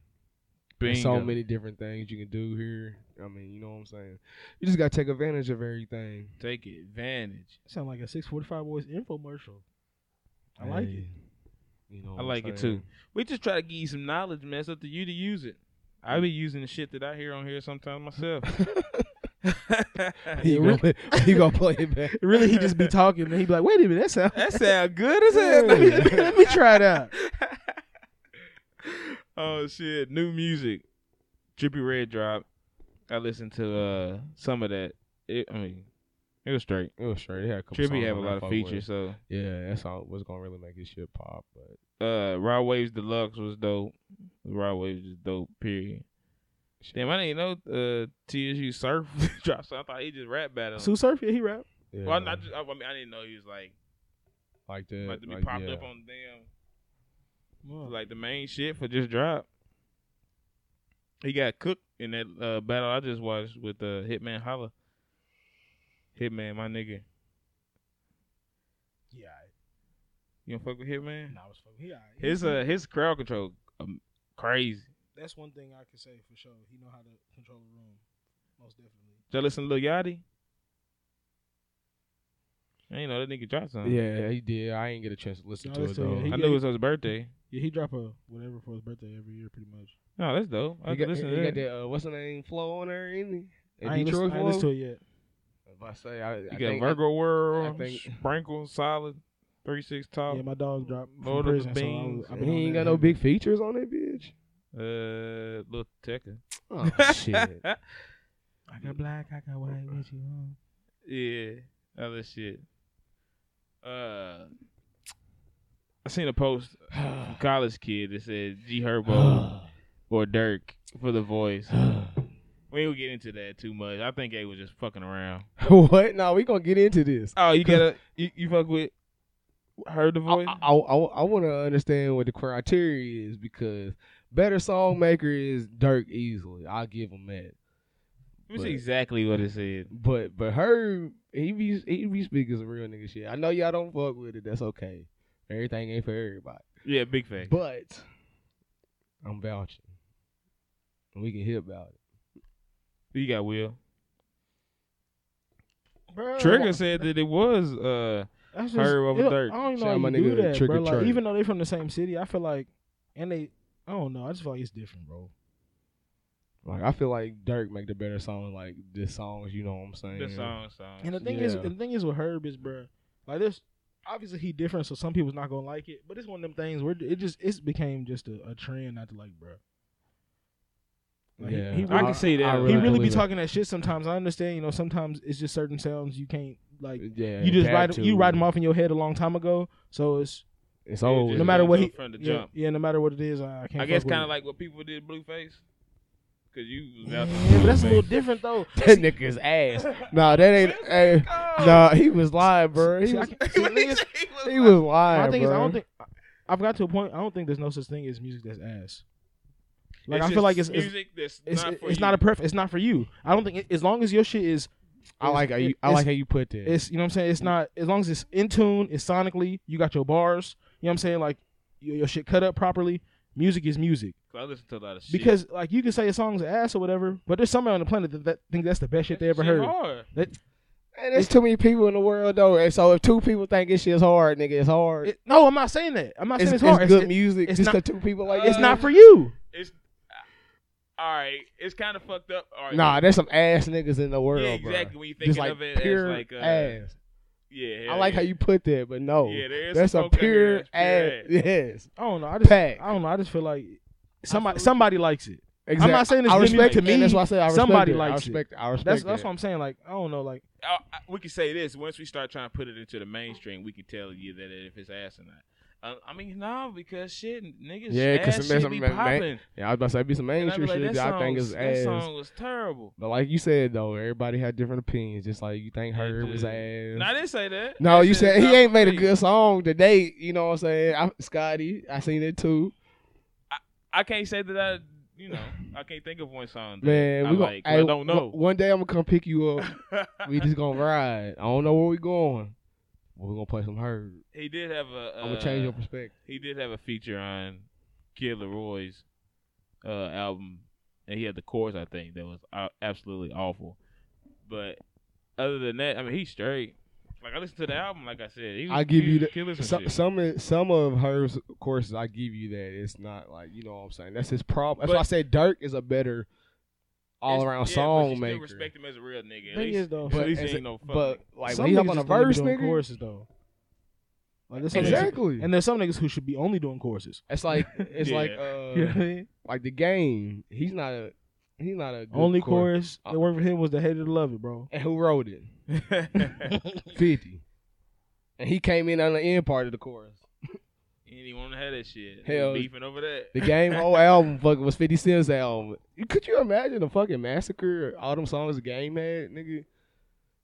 Speaker 2: Bingo.
Speaker 4: There's so many different things you can do here. I mean, you know what I'm saying. You just gotta take advantage of everything.
Speaker 2: Take advantage.
Speaker 3: Sound like a six forty five boys infomercial. I like it.
Speaker 4: Hey, You know,
Speaker 2: I
Speaker 4: what I'm
Speaker 2: like it
Speaker 4: saying?
Speaker 2: too. We just try to give you some knowledge, man. It's up to you to use it. I be using the shit that I hear on here sometimes myself.
Speaker 4: He gonna, play- he gonna play it back.
Speaker 3: Really, he just be talking and he be like, "Wait a minute, that sound."
Speaker 2: that sound good as hell.
Speaker 3: let, me, let me try it out.
Speaker 2: oh shit! New music, Drippy Red drop. I listened to uh, some of that. It, I mean, it was straight.
Speaker 4: It was straight. It had a couple
Speaker 2: Trippy
Speaker 4: songs
Speaker 2: have
Speaker 4: on
Speaker 2: a
Speaker 4: that
Speaker 2: lot
Speaker 4: fuck
Speaker 2: of
Speaker 4: with.
Speaker 2: features, so
Speaker 4: Yeah, that's all. What's gonna really make his shit pop? But
Speaker 2: uh, Raw Waves Deluxe was dope. Raw Waves is dope. Period. Damn, I didn't know uh, TSU Surf dropped. So I thought he just rap battle.
Speaker 3: Sue Surf, yeah, he rap.
Speaker 4: yeah,
Speaker 2: Well, not just, I, I mean, I didn't know he was like
Speaker 4: like that.
Speaker 2: about to be
Speaker 4: like,
Speaker 2: popped
Speaker 4: yeah.
Speaker 2: up on damn like the main shit for just drop. He got cooked in that uh, battle I just watched with uh, Hitman Holla. Hitman, my nigga.
Speaker 3: Yeah,
Speaker 2: You don't fuck with Hitman?
Speaker 3: nah, I was fucking. He, all right.
Speaker 2: His uh his crowd control um, crazy.
Speaker 3: that's one thing I can say for sure. He know how to control the room, most definitely.
Speaker 2: Did y'all listen to Lil Yachty? I ain't know that nigga dropped something.
Speaker 4: Yeah, he did. I ain't get a chance to listen
Speaker 3: No,
Speaker 4: to it
Speaker 3: listen to it.
Speaker 4: though.
Speaker 3: He
Speaker 2: I
Speaker 3: got-
Speaker 2: knew it was his birthday.
Speaker 3: Yeah, he drop a whatever for his birthday every year, pretty much.
Speaker 2: No, that's dope. I
Speaker 4: He
Speaker 2: could
Speaker 4: got,
Speaker 2: listen
Speaker 4: he
Speaker 2: to that.
Speaker 4: got that. Uh, what's the name? Flow on there, isn't he?
Speaker 3: I ain't
Speaker 4: Detroit
Speaker 3: listen, I ain't
Speaker 4: Flow.
Speaker 3: listen to it yet.
Speaker 4: If I say, I,
Speaker 2: You
Speaker 4: I
Speaker 2: got
Speaker 4: think-
Speaker 2: Virgo World,
Speaker 4: think-
Speaker 2: Sprinkle, Solid, Three Six Top.
Speaker 3: Yeah, my dog dropped from
Speaker 2: Lord of the
Speaker 3: prison, so I
Speaker 2: Beans.
Speaker 3: was- I've been
Speaker 4: He
Speaker 3: on
Speaker 4: ain't
Speaker 3: that
Speaker 4: got no
Speaker 3: heavy.
Speaker 4: big features on that bitch.
Speaker 2: Uh, Lil Tecca.
Speaker 4: Oh shit!
Speaker 3: I got black, I got white, what you want?
Speaker 2: yeah, other shit. Uh, I seen a post from college kid that said G Herbo or Dirk for the voice. We ain't gonna get into that too much. I think they was just fucking around.
Speaker 4: what? No, we gonna get into this.
Speaker 2: Oh, you gotta you, you fuck with her the
Speaker 4: I,
Speaker 2: voice?
Speaker 4: I, want to understand what the criteria is because better song maker is Dirk easily. I'll give him that.
Speaker 2: Let me see exactly what it said.
Speaker 4: But but her he be he be speaking some real nigga shit. I know y'all don't fuck with it. That's okay. Everything ain't for everybody.
Speaker 2: Yeah, big fact.
Speaker 4: But I'm vouching. We can hear about it.
Speaker 2: Who you got Will.
Speaker 3: Bro,
Speaker 2: Trigger said that it was uh
Speaker 3: that's just-
Speaker 2: Herb over
Speaker 3: it-
Speaker 2: Dirk.
Speaker 3: I don't even
Speaker 4: Shout
Speaker 3: know
Speaker 4: out
Speaker 3: how
Speaker 4: my
Speaker 3: you do
Speaker 4: nigga
Speaker 3: that,
Speaker 4: Trick
Speaker 3: bro.
Speaker 4: or
Speaker 3: Like,
Speaker 4: Treat.
Speaker 3: even though they from the same city, I feel like, and they, I don't know. I just feel like it's different, bro.
Speaker 4: Like I feel like Dirk make the better song like the songs, you know what I'm saying?
Speaker 2: the song
Speaker 3: And
Speaker 2: song.
Speaker 3: the thing is,
Speaker 4: Yeah.
Speaker 3: the thing is with Herb is, bro, like this. Obviously, he different, so some people's not gonna like it. But it's one of them things where it just it's became just a, a trend not to like, bro. Like, he-
Speaker 4: yeah.
Speaker 3: he
Speaker 2: I can see that.
Speaker 4: I
Speaker 2: He
Speaker 3: he really be
Speaker 4: believe it.
Speaker 3: talking that shit sometimes. I understand, you know. Sometimes it's just certain sounds you can't like.
Speaker 4: Yeah,
Speaker 3: you just
Speaker 4: got
Speaker 3: write
Speaker 4: to.
Speaker 3: you write them off in your head a long time ago. So it's
Speaker 4: It's over.
Speaker 2: Yeah,
Speaker 4: with.
Speaker 3: no matter what he
Speaker 2: From the
Speaker 3: yeah,
Speaker 2: jump.
Speaker 3: yeah, no matter what it is, I, I can't.
Speaker 2: I guess
Speaker 3: fuck with
Speaker 2: kind
Speaker 3: it.
Speaker 2: of like what people did Blueface, because you was out there.
Speaker 3: Yeah, but that's a little different though.
Speaker 4: that nigga's ass. Nah, that ain't. Hey,
Speaker 2: Oh,
Speaker 4: nah, he was lying, bro. He
Speaker 3: See, I
Speaker 4: was,
Speaker 3: can't-
Speaker 4: he was, he was
Speaker 3: My
Speaker 4: lying,
Speaker 3: thing is, I
Speaker 4: bro.
Speaker 3: don't think I- I've got to a point. I don't think there's no such thing as music that's ass. Like
Speaker 2: It's
Speaker 3: I feel
Speaker 2: just
Speaker 3: like it's it's
Speaker 2: music that's
Speaker 3: it's,
Speaker 2: not
Speaker 3: it's,
Speaker 2: for you.
Speaker 3: not a perfect. It's not for you. I don't think as long as your shit is.
Speaker 4: I like how you. I
Speaker 3: it's-
Speaker 4: like how you put that.
Speaker 3: It's you know what I'm saying. It's not as long as it's in tune. It's sonically. You got your bars. You know what I'm saying. Like your, your shit cut up properly. Music is music.
Speaker 2: 'Cause I listen to a lot of shit.
Speaker 3: Because like you can say a song's ass or whatever, but there's somebody on the planet that, that think that's the best shit they ever heard.
Speaker 2: Hard.
Speaker 4: Man, there's too many people in the world though, and so if two people think this shit's hard, nigga, it's hard.
Speaker 3: It- no, I'm not saying that. I'm not
Speaker 4: it's,
Speaker 3: saying it's,
Speaker 4: it's
Speaker 3: hard. It's,
Speaker 4: good
Speaker 3: it-
Speaker 4: music.
Speaker 3: it's
Speaker 4: It's just
Speaker 3: not-
Speaker 4: 'cause two people like.
Speaker 3: it's
Speaker 4: it.
Speaker 2: Uh,
Speaker 3: not for you.
Speaker 2: It's all right. It's kind of fucked up. All right.
Speaker 4: Nah, there's some ass niggas in the world,
Speaker 2: yeah,
Speaker 4: bro.
Speaker 2: exactly. When you
Speaker 4: Just
Speaker 2: thinking
Speaker 4: like
Speaker 2: of it
Speaker 4: pure
Speaker 2: as like uh,
Speaker 4: ass.
Speaker 2: yeah.
Speaker 4: I
Speaker 2: hell
Speaker 4: like
Speaker 2: yeah.
Speaker 4: how you put that, but no,
Speaker 2: Yeah, there is
Speaker 4: that's
Speaker 2: some
Speaker 4: a
Speaker 2: folk out
Speaker 4: pure,
Speaker 2: there
Speaker 4: ass.
Speaker 2: that's pure ass.
Speaker 4: Yes,
Speaker 3: I don't know. I just
Speaker 4: pack.
Speaker 3: I don't know. I just feel like somebody
Speaker 2: Absolutely.
Speaker 3: somebody likes it.
Speaker 4: Exact-
Speaker 3: not saying it's
Speaker 4: I
Speaker 3: good
Speaker 4: respect
Speaker 3: music.
Speaker 4: it, man. That's why I say I respect
Speaker 3: Somebody
Speaker 4: it.
Speaker 3: likes
Speaker 4: I respect. I respect.
Speaker 3: That's that's
Speaker 4: that.
Speaker 3: what I'm saying. Like I don't know. Like
Speaker 2: I, I, we can say this once we start trying to put it into the mainstream, we can tell you that if it's ass or not. Uh, I mean, no, because shit, niggas,
Speaker 4: Yeah, 'cause
Speaker 2: ass
Speaker 4: it mess-
Speaker 2: shit be
Speaker 4: ma- ma-
Speaker 2: popping.
Speaker 4: Yeah, I was about to say be some
Speaker 2: And I be
Speaker 4: mainstream
Speaker 2: like, that
Speaker 4: shit that I think
Speaker 2: song-
Speaker 4: is
Speaker 2: that
Speaker 4: ass.
Speaker 2: song was terrible.
Speaker 4: But like you said though, everybody had different opinions. Just like you think
Speaker 2: They
Speaker 4: Herb was
Speaker 2: do.
Speaker 4: ass.
Speaker 2: No, I didn't say that.
Speaker 4: no,
Speaker 2: I
Speaker 4: you
Speaker 2: it's
Speaker 4: said he
Speaker 2: not
Speaker 4: ain't made a
Speaker 2: me.
Speaker 4: good song today. You know what I'm saying? I, Scotty, I seen it too.
Speaker 2: I can't say that I you know, I can't think of one song that
Speaker 4: Man,
Speaker 2: I
Speaker 4: we gon-
Speaker 2: like. 'cause I
Speaker 4: hey,
Speaker 2: don't
Speaker 4: one-
Speaker 2: know.
Speaker 4: One day I'm gonna come pick you up. we just gonna ride. I don't know where we going. But we gonna play some herd.
Speaker 2: he did have a. Uh,
Speaker 4: I'm gonna change your perspective.
Speaker 2: He did have a feature on Kid Leroy's uh, album, and he had the chorus I think that was uh, absolutely awful. But other than that, I mean, he's straight. Like I listened to the album, like I said, he was,
Speaker 4: I give
Speaker 2: he was
Speaker 4: you the-
Speaker 2: killer some
Speaker 4: Some
Speaker 2: shit.
Speaker 4: some of- some of her courses, I give you that it's not like you know what I'm saying. That's his problem. That's why I
Speaker 2: But-
Speaker 4: say Dirk is a better all
Speaker 2: It's-
Speaker 4: around
Speaker 2: yeah, but you
Speaker 4: song
Speaker 2: still
Speaker 4: maker.
Speaker 2: Respect him as a real nigga. At
Speaker 3: Thing
Speaker 2: least,
Speaker 3: is, though,
Speaker 2: at
Speaker 4: but
Speaker 2: least he
Speaker 4: as a-
Speaker 2: ain't no fuck.
Speaker 4: but like
Speaker 3: some
Speaker 4: when he up
Speaker 3: niggas
Speaker 4: on a
Speaker 3: just don't even
Speaker 4: verse,
Speaker 3: doing
Speaker 4: nigga.
Speaker 3: choruses though. Like there's some niggas-
Speaker 4: Exactly.
Speaker 3: and there's some niggas who should be only doing choruses.
Speaker 4: it's like it's
Speaker 2: Yeah.
Speaker 4: like uh
Speaker 3: You know what I mean?
Speaker 4: like the game. He's not a he's not a good
Speaker 3: Only
Speaker 4: chorus.
Speaker 3: chorus that worked for him was the hater to love it, bro.
Speaker 4: And who wrote it?
Speaker 2: and
Speaker 4: Fifty. And he came in on the end part of the chorus.
Speaker 2: he want to have that shit.
Speaker 4: Hell,
Speaker 2: beefing over that.
Speaker 4: The game whole album fucking was 50 Cent's album. Could you imagine the fucking massacre all them songs the game had, nigga?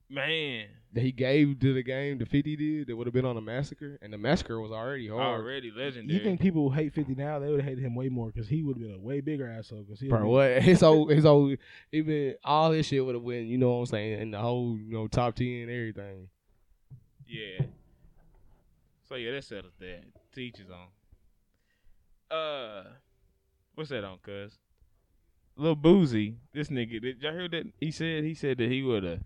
Speaker 2: man
Speaker 4: That he gave to the game the 50 did that would have been on the massacre. And the massacre was already hard.
Speaker 2: already legendary.
Speaker 3: Oh, You think people who hate 50 now, they would have hated him way more because he would have been a way bigger asshole. Because he
Speaker 4: Bro,
Speaker 3: would've
Speaker 4: what his old his old even all his shit would have went, you know what I'm saying, in the whole, you know, top ten and everything.
Speaker 2: Yeah. So yeah, that settles that. Teachers on. Uh, what's that on? Cuz Lil Boozy, this nigga. Did y'all hear that? He said he said that he would have.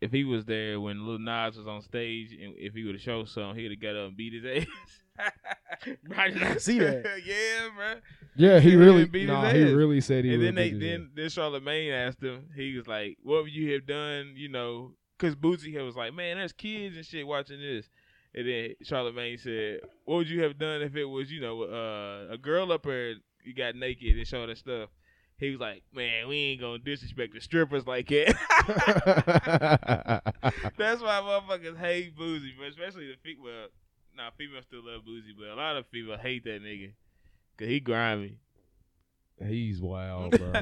Speaker 2: If he was there when Lil Nas was on stage, and if he would have showed some, he'd have got up and beat his ass. Bro, I just-
Speaker 3: see that.
Speaker 2: yeah, bro.
Speaker 4: Yeah, he
Speaker 2: He
Speaker 4: really
Speaker 2: beat his
Speaker 4: nah, he
Speaker 2: ass.
Speaker 4: really said he
Speaker 2: And then
Speaker 4: would've
Speaker 2: they
Speaker 4: beat his ass.
Speaker 2: then then Charlemagne asked him. He was like, "What would you have done?" You know, because Boozy had was like, "Man, there's kids and shit watching this." And then Charlemagne said, "What would you have done if it was you know uh, a girl up there you got naked and showed her stuff?" He was like, "Man, we ain't gonna disrespect the strippers like that." That's why motherfuckers hate Boozy, but especially the female. Well, nah, females still love Boozy, but a lot of people hate that nigga because he grimy.
Speaker 4: He's wild, bro.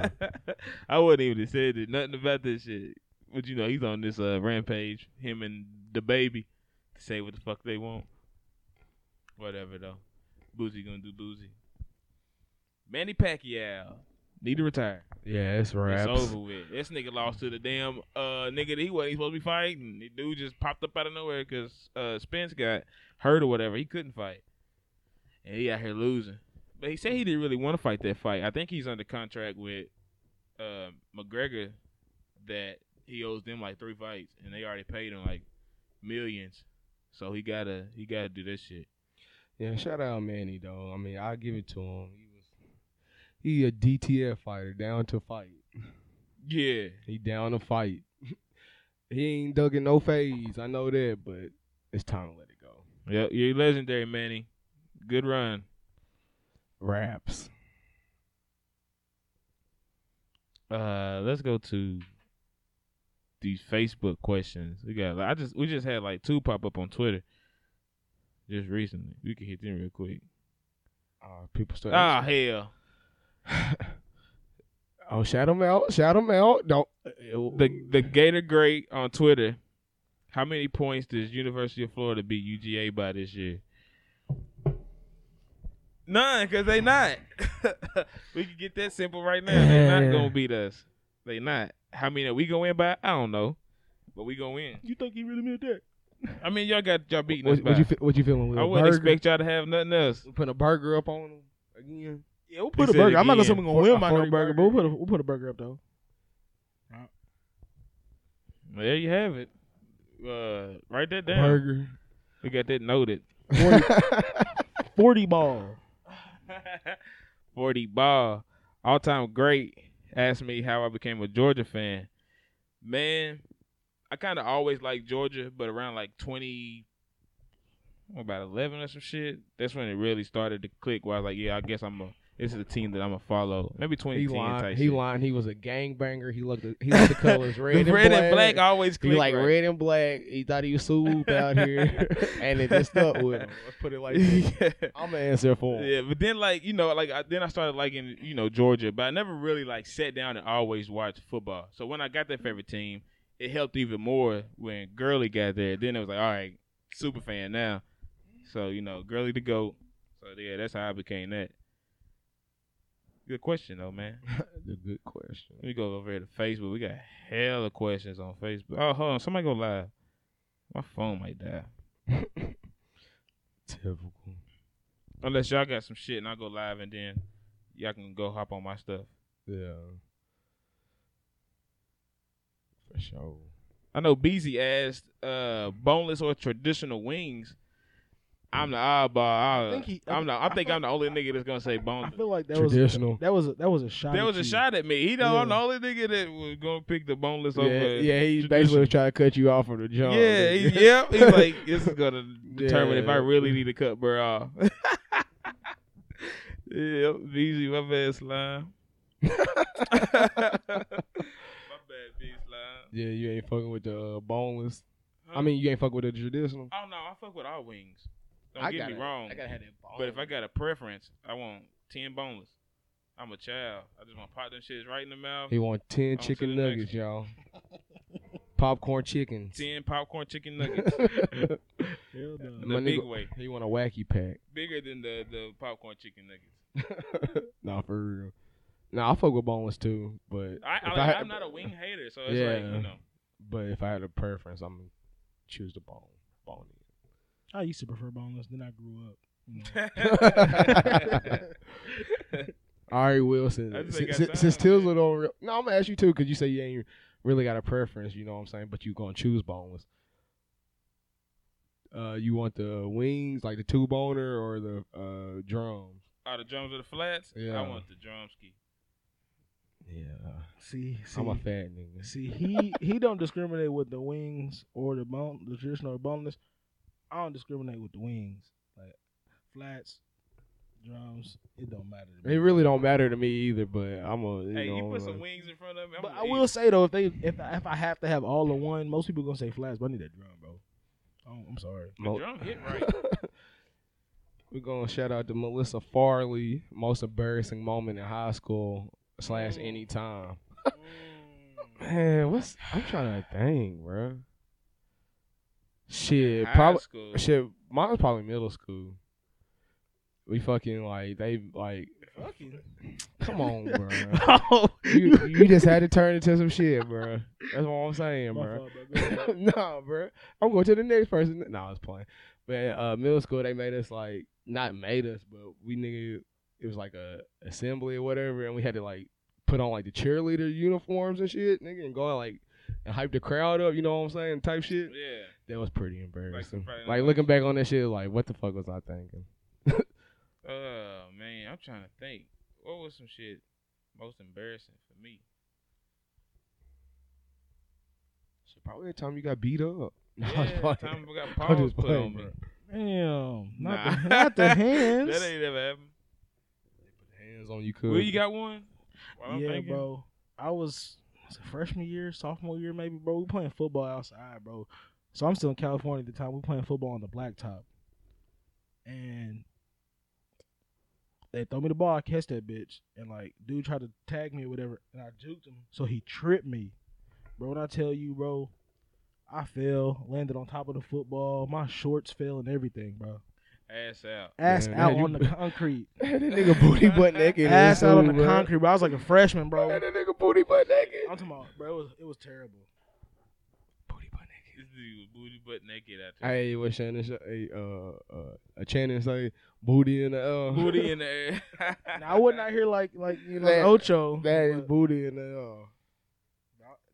Speaker 2: I wouldn't even have said it, nothing about this shit. But you know, he's on this uh, rampage, him and the baby, to say what the fuck they want. Whatever though. Boozy gonna do boozy. Manny Pacquiao. Need to retire.
Speaker 4: yeah, it's
Speaker 2: It's
Speaker 4: raps.
Speaker 2: over with. This nigga lost to the damn uh nigga that he wasn't supposed to be fighting. The dude just popped up out of nowhere because uh Spence got hurt or whatever. He couldn't fight, and he out here losing. But he said he didn't really want to fight that fight. I think he's under contract with uh, McGregor that he owes them like three fights, and they already paid him like millions. So he gotta he gotta do this shit.
Speaker 4: Yeah, shout out Manny though. I mean, I give it to him. He was he a DTF fighter, down to fight.
Speaker 2: Yeah,
Speaker 4: He down to fight. he ain't ducking no phase. I know that, but it's time to let it go.
Speaker 2: yeah, you're legendary, Manny. Good run.
Speaker 4: Raps.
Speaker 2: Uh, let's go to these Facebook questions. We got. I just we just had like two pop up on Twitter just recently. We can hit them real quick.
Speaker 4: Uh, people start.
Speaker 2: Ah hell,
Speaker 4: oh, shout him out. Shout him out. Don't.
Speaker 2: the the Gator Great on Twitter. How many points does University of Florida beat UGA by this year? None, cause they not. we can get that simple right now. They not gonna beat us. They not. How many are we gonna win by? I don't know, but we gonna win.
Speaker 3: You think he really meant that?
Speaker 2: I mean, y'all got y'all beating us
Speaker 4: what,
Speaker 2: by.
Speaker 4: what you fe- what you feeling with?
Speaker 2: I
Speaker 4: a
Speaker 2: wouldn't
Speaker 4: burger?
Speaker 2: expect y'all to have nothing else.
Speaker 4: We putting a burger up on him again.
Speaker 3: Yeah, we'll put a
Speaker 2: said
Speaker 3: burger. I'm not gonna say
Speaker 2: again,
Speaker 3: we're gonna
Speaker 4: for-
Speaker 3: win
Speaker 4: a
Speaker 3: by no
Speaker 4: 40
Speaker 3: burger,
Speaker 4: burger.
Speaker 3: but we'll put a, we'll put a burger up though.
Speaker 2: There you have it. Uh, write that down.
Speaker 4: Burger.
Speaker 2: We got that noted.
Speaker 3: Forty ball.
Speaker 2: Forty ball, all time great. Asked me how I became a Georgia fan. Man, I kind of always liked Georgia, but around like twenty, about eleven or some shit, that's when it really started to click. Where I was like, yeah, I guess I'm a. This is a team that I'm gonna follow. Maybe twenty
Speaker 4: He
Speaker 2: ten
Speaker 4: lying.
Speaker 2: type
Speaker 4: He
Speaker 2: shit.
Speaker 4: lying. He was a gangbanger. He looked. He looked the colors
Speaker 2: The
Speaker 4: red,
Speaker 2: red
Speaker 4: and,
Speaker 2: and black always
Speaker 4: He
Speaker 2: click.
Speaker 4: like
Speaker 2: right.
Speaker 4: red and black. He thought he was soup out here, and it just stuck with him. Let's put it like that.
Speaker 2: yeah.
Speaker 4: I'm gonna answer for him.
Speaker 2: Yeah, but then like you know, like I, then I started liking you know Georgia, but I never really like sat down and always watched football. So when I got that favorite team, it helped even more when Gurley got there. Then it was like, all right, super fan now. So you know, Gurley the goat. So yeah, that's how I became that. Good question though, man.
Speaker 4: the good question.
Speaker 2: Let me go over here to Facebook. We got hella questions on Facebook. Oh, hold on. Somebody go live. My phone might die.
Speaker 4: Typical.
Speaker 2: Unless y'all got some shit and I go live and then y'all can go hop on my stuff.
Speaker 4: Yeah. For sure.
Speaker 2: I know Beezy asked uh, boneless or traditional wings. I'm the oddball. I,
Speaker 3: I think he-
Speaker 2: am the, I think
Speaker 3: I-
Speaker 2: Uh, I'm the only nigga that's gonna say
Speaker 3: I
Speaker 2: boneless.
Speaker 3: feel like that
Speaker 4: Traditional.
Speaker 3: was that was a, that was a shot.
Speaker 2: There
Speaker 3: at
Speaker 2: was a
Speaker 3: you.
Speaker 2: shot at me. He know I'm the
Speaker 3: Yeah.
Speaker 2: only nigga that was gonna pick the boneless
Speaker 4: yeah,
Speaker 2: over.
Speaker 4: yeah, he
Speaker 2: traditional.
Speaker 4: basically was trying to cut you off from the jump.
Speaker 2: Yeah, he, yep. He's like, this is gonna determine if I
Speaker 4: Yeah.
Speaker 2: really need to cut bro off. yep, BZ, my bad slime. my bad B slime.
Speaker 4: yeah, you ain't fucking with the uh, boneless.
Speaker 2: Huh?
Speaker 4: I mean, you ain't fucking with the traditional.
Speaker 2: oh no, I fuck with all wings. Don't get
Speaker 4: gotta-
Speaker 2: me wrong.
Speaker 4: I gotta have that
Speaker 2: but if I got a preference, I want ten boneless. I'm a child. I just want to pop them shits right in the mouth.
Speaker 4: he want
Speaker 2: to
Speaker 4: ten chicken
Speaker 2: the next
Speaker 4: nuggets, y'all. Popcorn chicken.
Speaker 2: Ten popcorn chicken nuggets.
Speaker 4: he
Speaker 3: Hell no.
Speaker 2: the
Speaker 4: My
Speaker 2: big
Speaker 4: nigga-
Speaker 2: way,
Speaker 4: want a wacky pack.
Speaker 2: bigger than the the popcorn chicken nuggets.
Speaker 4: nah, for real. Nah, I fuck with boneless too, but
Speaker 2: I,
Speaker 4: if
Speaker 2: I,
Speaker 4: I had-
Speaker 2: I'm not a wing hater, so it's like
Speaker 4: Yeah.
Speaker 2: you know.
Speaker 4: but if I had a preference, I'm gonna choose the bone. Bone.
Speaker 3: I used to prefer boneless. Then I grew up. You know.
Speaker 4: All right, Wilson.
Speaker 2: I just ain't
Speaker 4: Since,
Speaker 2: got
Speaker 4: since, since
Speaker 2: time, man.
Speaker 4: Tizzle don't, re- no, I'm gonna ask you too because you say you ain't really got a preference. You know what I'm saying? But you gonna choose boneless. Uh, you want the wings, like the two boner, or the uh drums?
Speaker 2: All the drums of the flats.
Speaker 4: Yeah.
Speaker 2: I want the drum ski.
Speaker 4: Yeah,
Speaker 3: see, see,
Speaker 4: I'm a fat nigga.
Speaker 3: see, he he don't discriminate with the wings or the bone, the traditional or boneless. I don't discriminate with the wings, like flats, drums. It don't matter. To me.
Speaker 4: It really don't matter to me either, but I'm a. You
Speaker 2: hey,
Speaker 4: know,
Speaker 2: you put
Speaker 4: I'm
Speaker 2: some
Speaker 4: a-
Speaker 2: wings in front of me. I'm
Speaker 3: But
Speaker 2: gonna
Speaker 3: I
Speaker 2: eat.
Speaker 3: will say though, if they if I, if I have to have all the one, most people gonna say flats, but I need that drum, bro. Oh, I'm sorry.
Speaker 2: The drum hit right.
Speaker 4: We're gonna shout out to Melissa Farley, most embarrassing moment in high school slash
Speaker 2: Mm.
Speaker 4: any time.
Speaker 2: Mm.
Speaker 4: Man, what's I'm trying to think, bro. Shit,
Speaker 2: High
Speaker 4: probably
Speaker 2: school.
Speaker 4: shit. Mine was probably middle school. We fucking like they like.
Speaker 3: Fucking.
Speaker 4: Come on, bro.
Speaker 3: Oh,
Speaker 4: you you just had to turn into some shit, bro. That's what I'm saying,
Speaker 3: My
Speaker 4: bro.
Speaker 3: fault, bro. Go ahead.
Speaker 4: nah, bro. I'm going to the next person. Nah, I was playing. But uh, middle school, they made us like not made us, but we nigga, it was like a assembly or whatever, and we had to like put on like the cheerleader uniforms and shit, nigga, and go out like and hype the crowd up. You know what I'm saying? Type shit.
Speaker 2: Yeah.
Speaker 4: That was pretty embarrassing.
Speaker 2: Friday Night
Speaker 4: Like, looking back on that shit, like what the fuck was I thinking?
Speaker 2: Oh man, I'm trying to think. What was some shit most embarrassing for me?
Speaker 4: Shit, probably the time you got beat up. No, I was
Speaker 2: Yeah,
Speaker 4: playing.
Speaker 2: time we got
Speaker 4: I'm
Speaker 2: paws
Speaker 4: just
Speaker 2: put
Speaker 4: playing,
Speaker 2: on me.
Speaker 4: bro.
Speaker 3: Damn, not
Speaker 2: Nah.
Speaker 3: the, not the
Speaker 2: That
Speaker 3: hands.
Speaker 2: ain't ever happened.
Speaker 4: Hands on you, could.
Speaker 2: Will you got one? While I'm
Speaker 3: yeah,
Speaker 2: thinking.
Speaker 3: bro. I was, was it freshman year, sophomore year, maybe, bro. We playing football outside, bro. So I'm still in California at the time. We playing football on the blacktop, and they throw me the ball. I catch that bitch, and like, dude tried to tag me or whatever, and I juked him, so he tripped me, bro. When I tell you, bro, I fell, landed on top of the football, my shorts fell and everything, bro.
Speaker 2: Ass out.
Speaker 3: Ass
Speaker 4: Man,
Speaker 3: out
Speaker 4: you-
Speaker 3: on the concrete,
Speaker 4: that nigga booty butt naked. in
Speaker 3: ass out on
Speaker 4: school,
Speaker 3: the
Speaker 4: bro.
Speaker 3: concrete, bro. I was like a freshman, bro.
Speaker 4: That nigga booty butt naked.
Speaker 3: I'm talking about, bro. It was it was terrible.
Speaker 4: Booty butt naked.
Speaker 2: This dude was booty butt naked out there.
Speaker 4: Hey, what Shannon say? Hey, uh, uh, uh, Shannon say booty in the air.
Speaker 2: Booty in the air.
Speaker 3: Now, I wasn't out here like like you know
Speaker 4: That-
Speaker 3: Ocho.
Speaker 4: That is
Speaker 3: but
Speaker 4: booty in the air.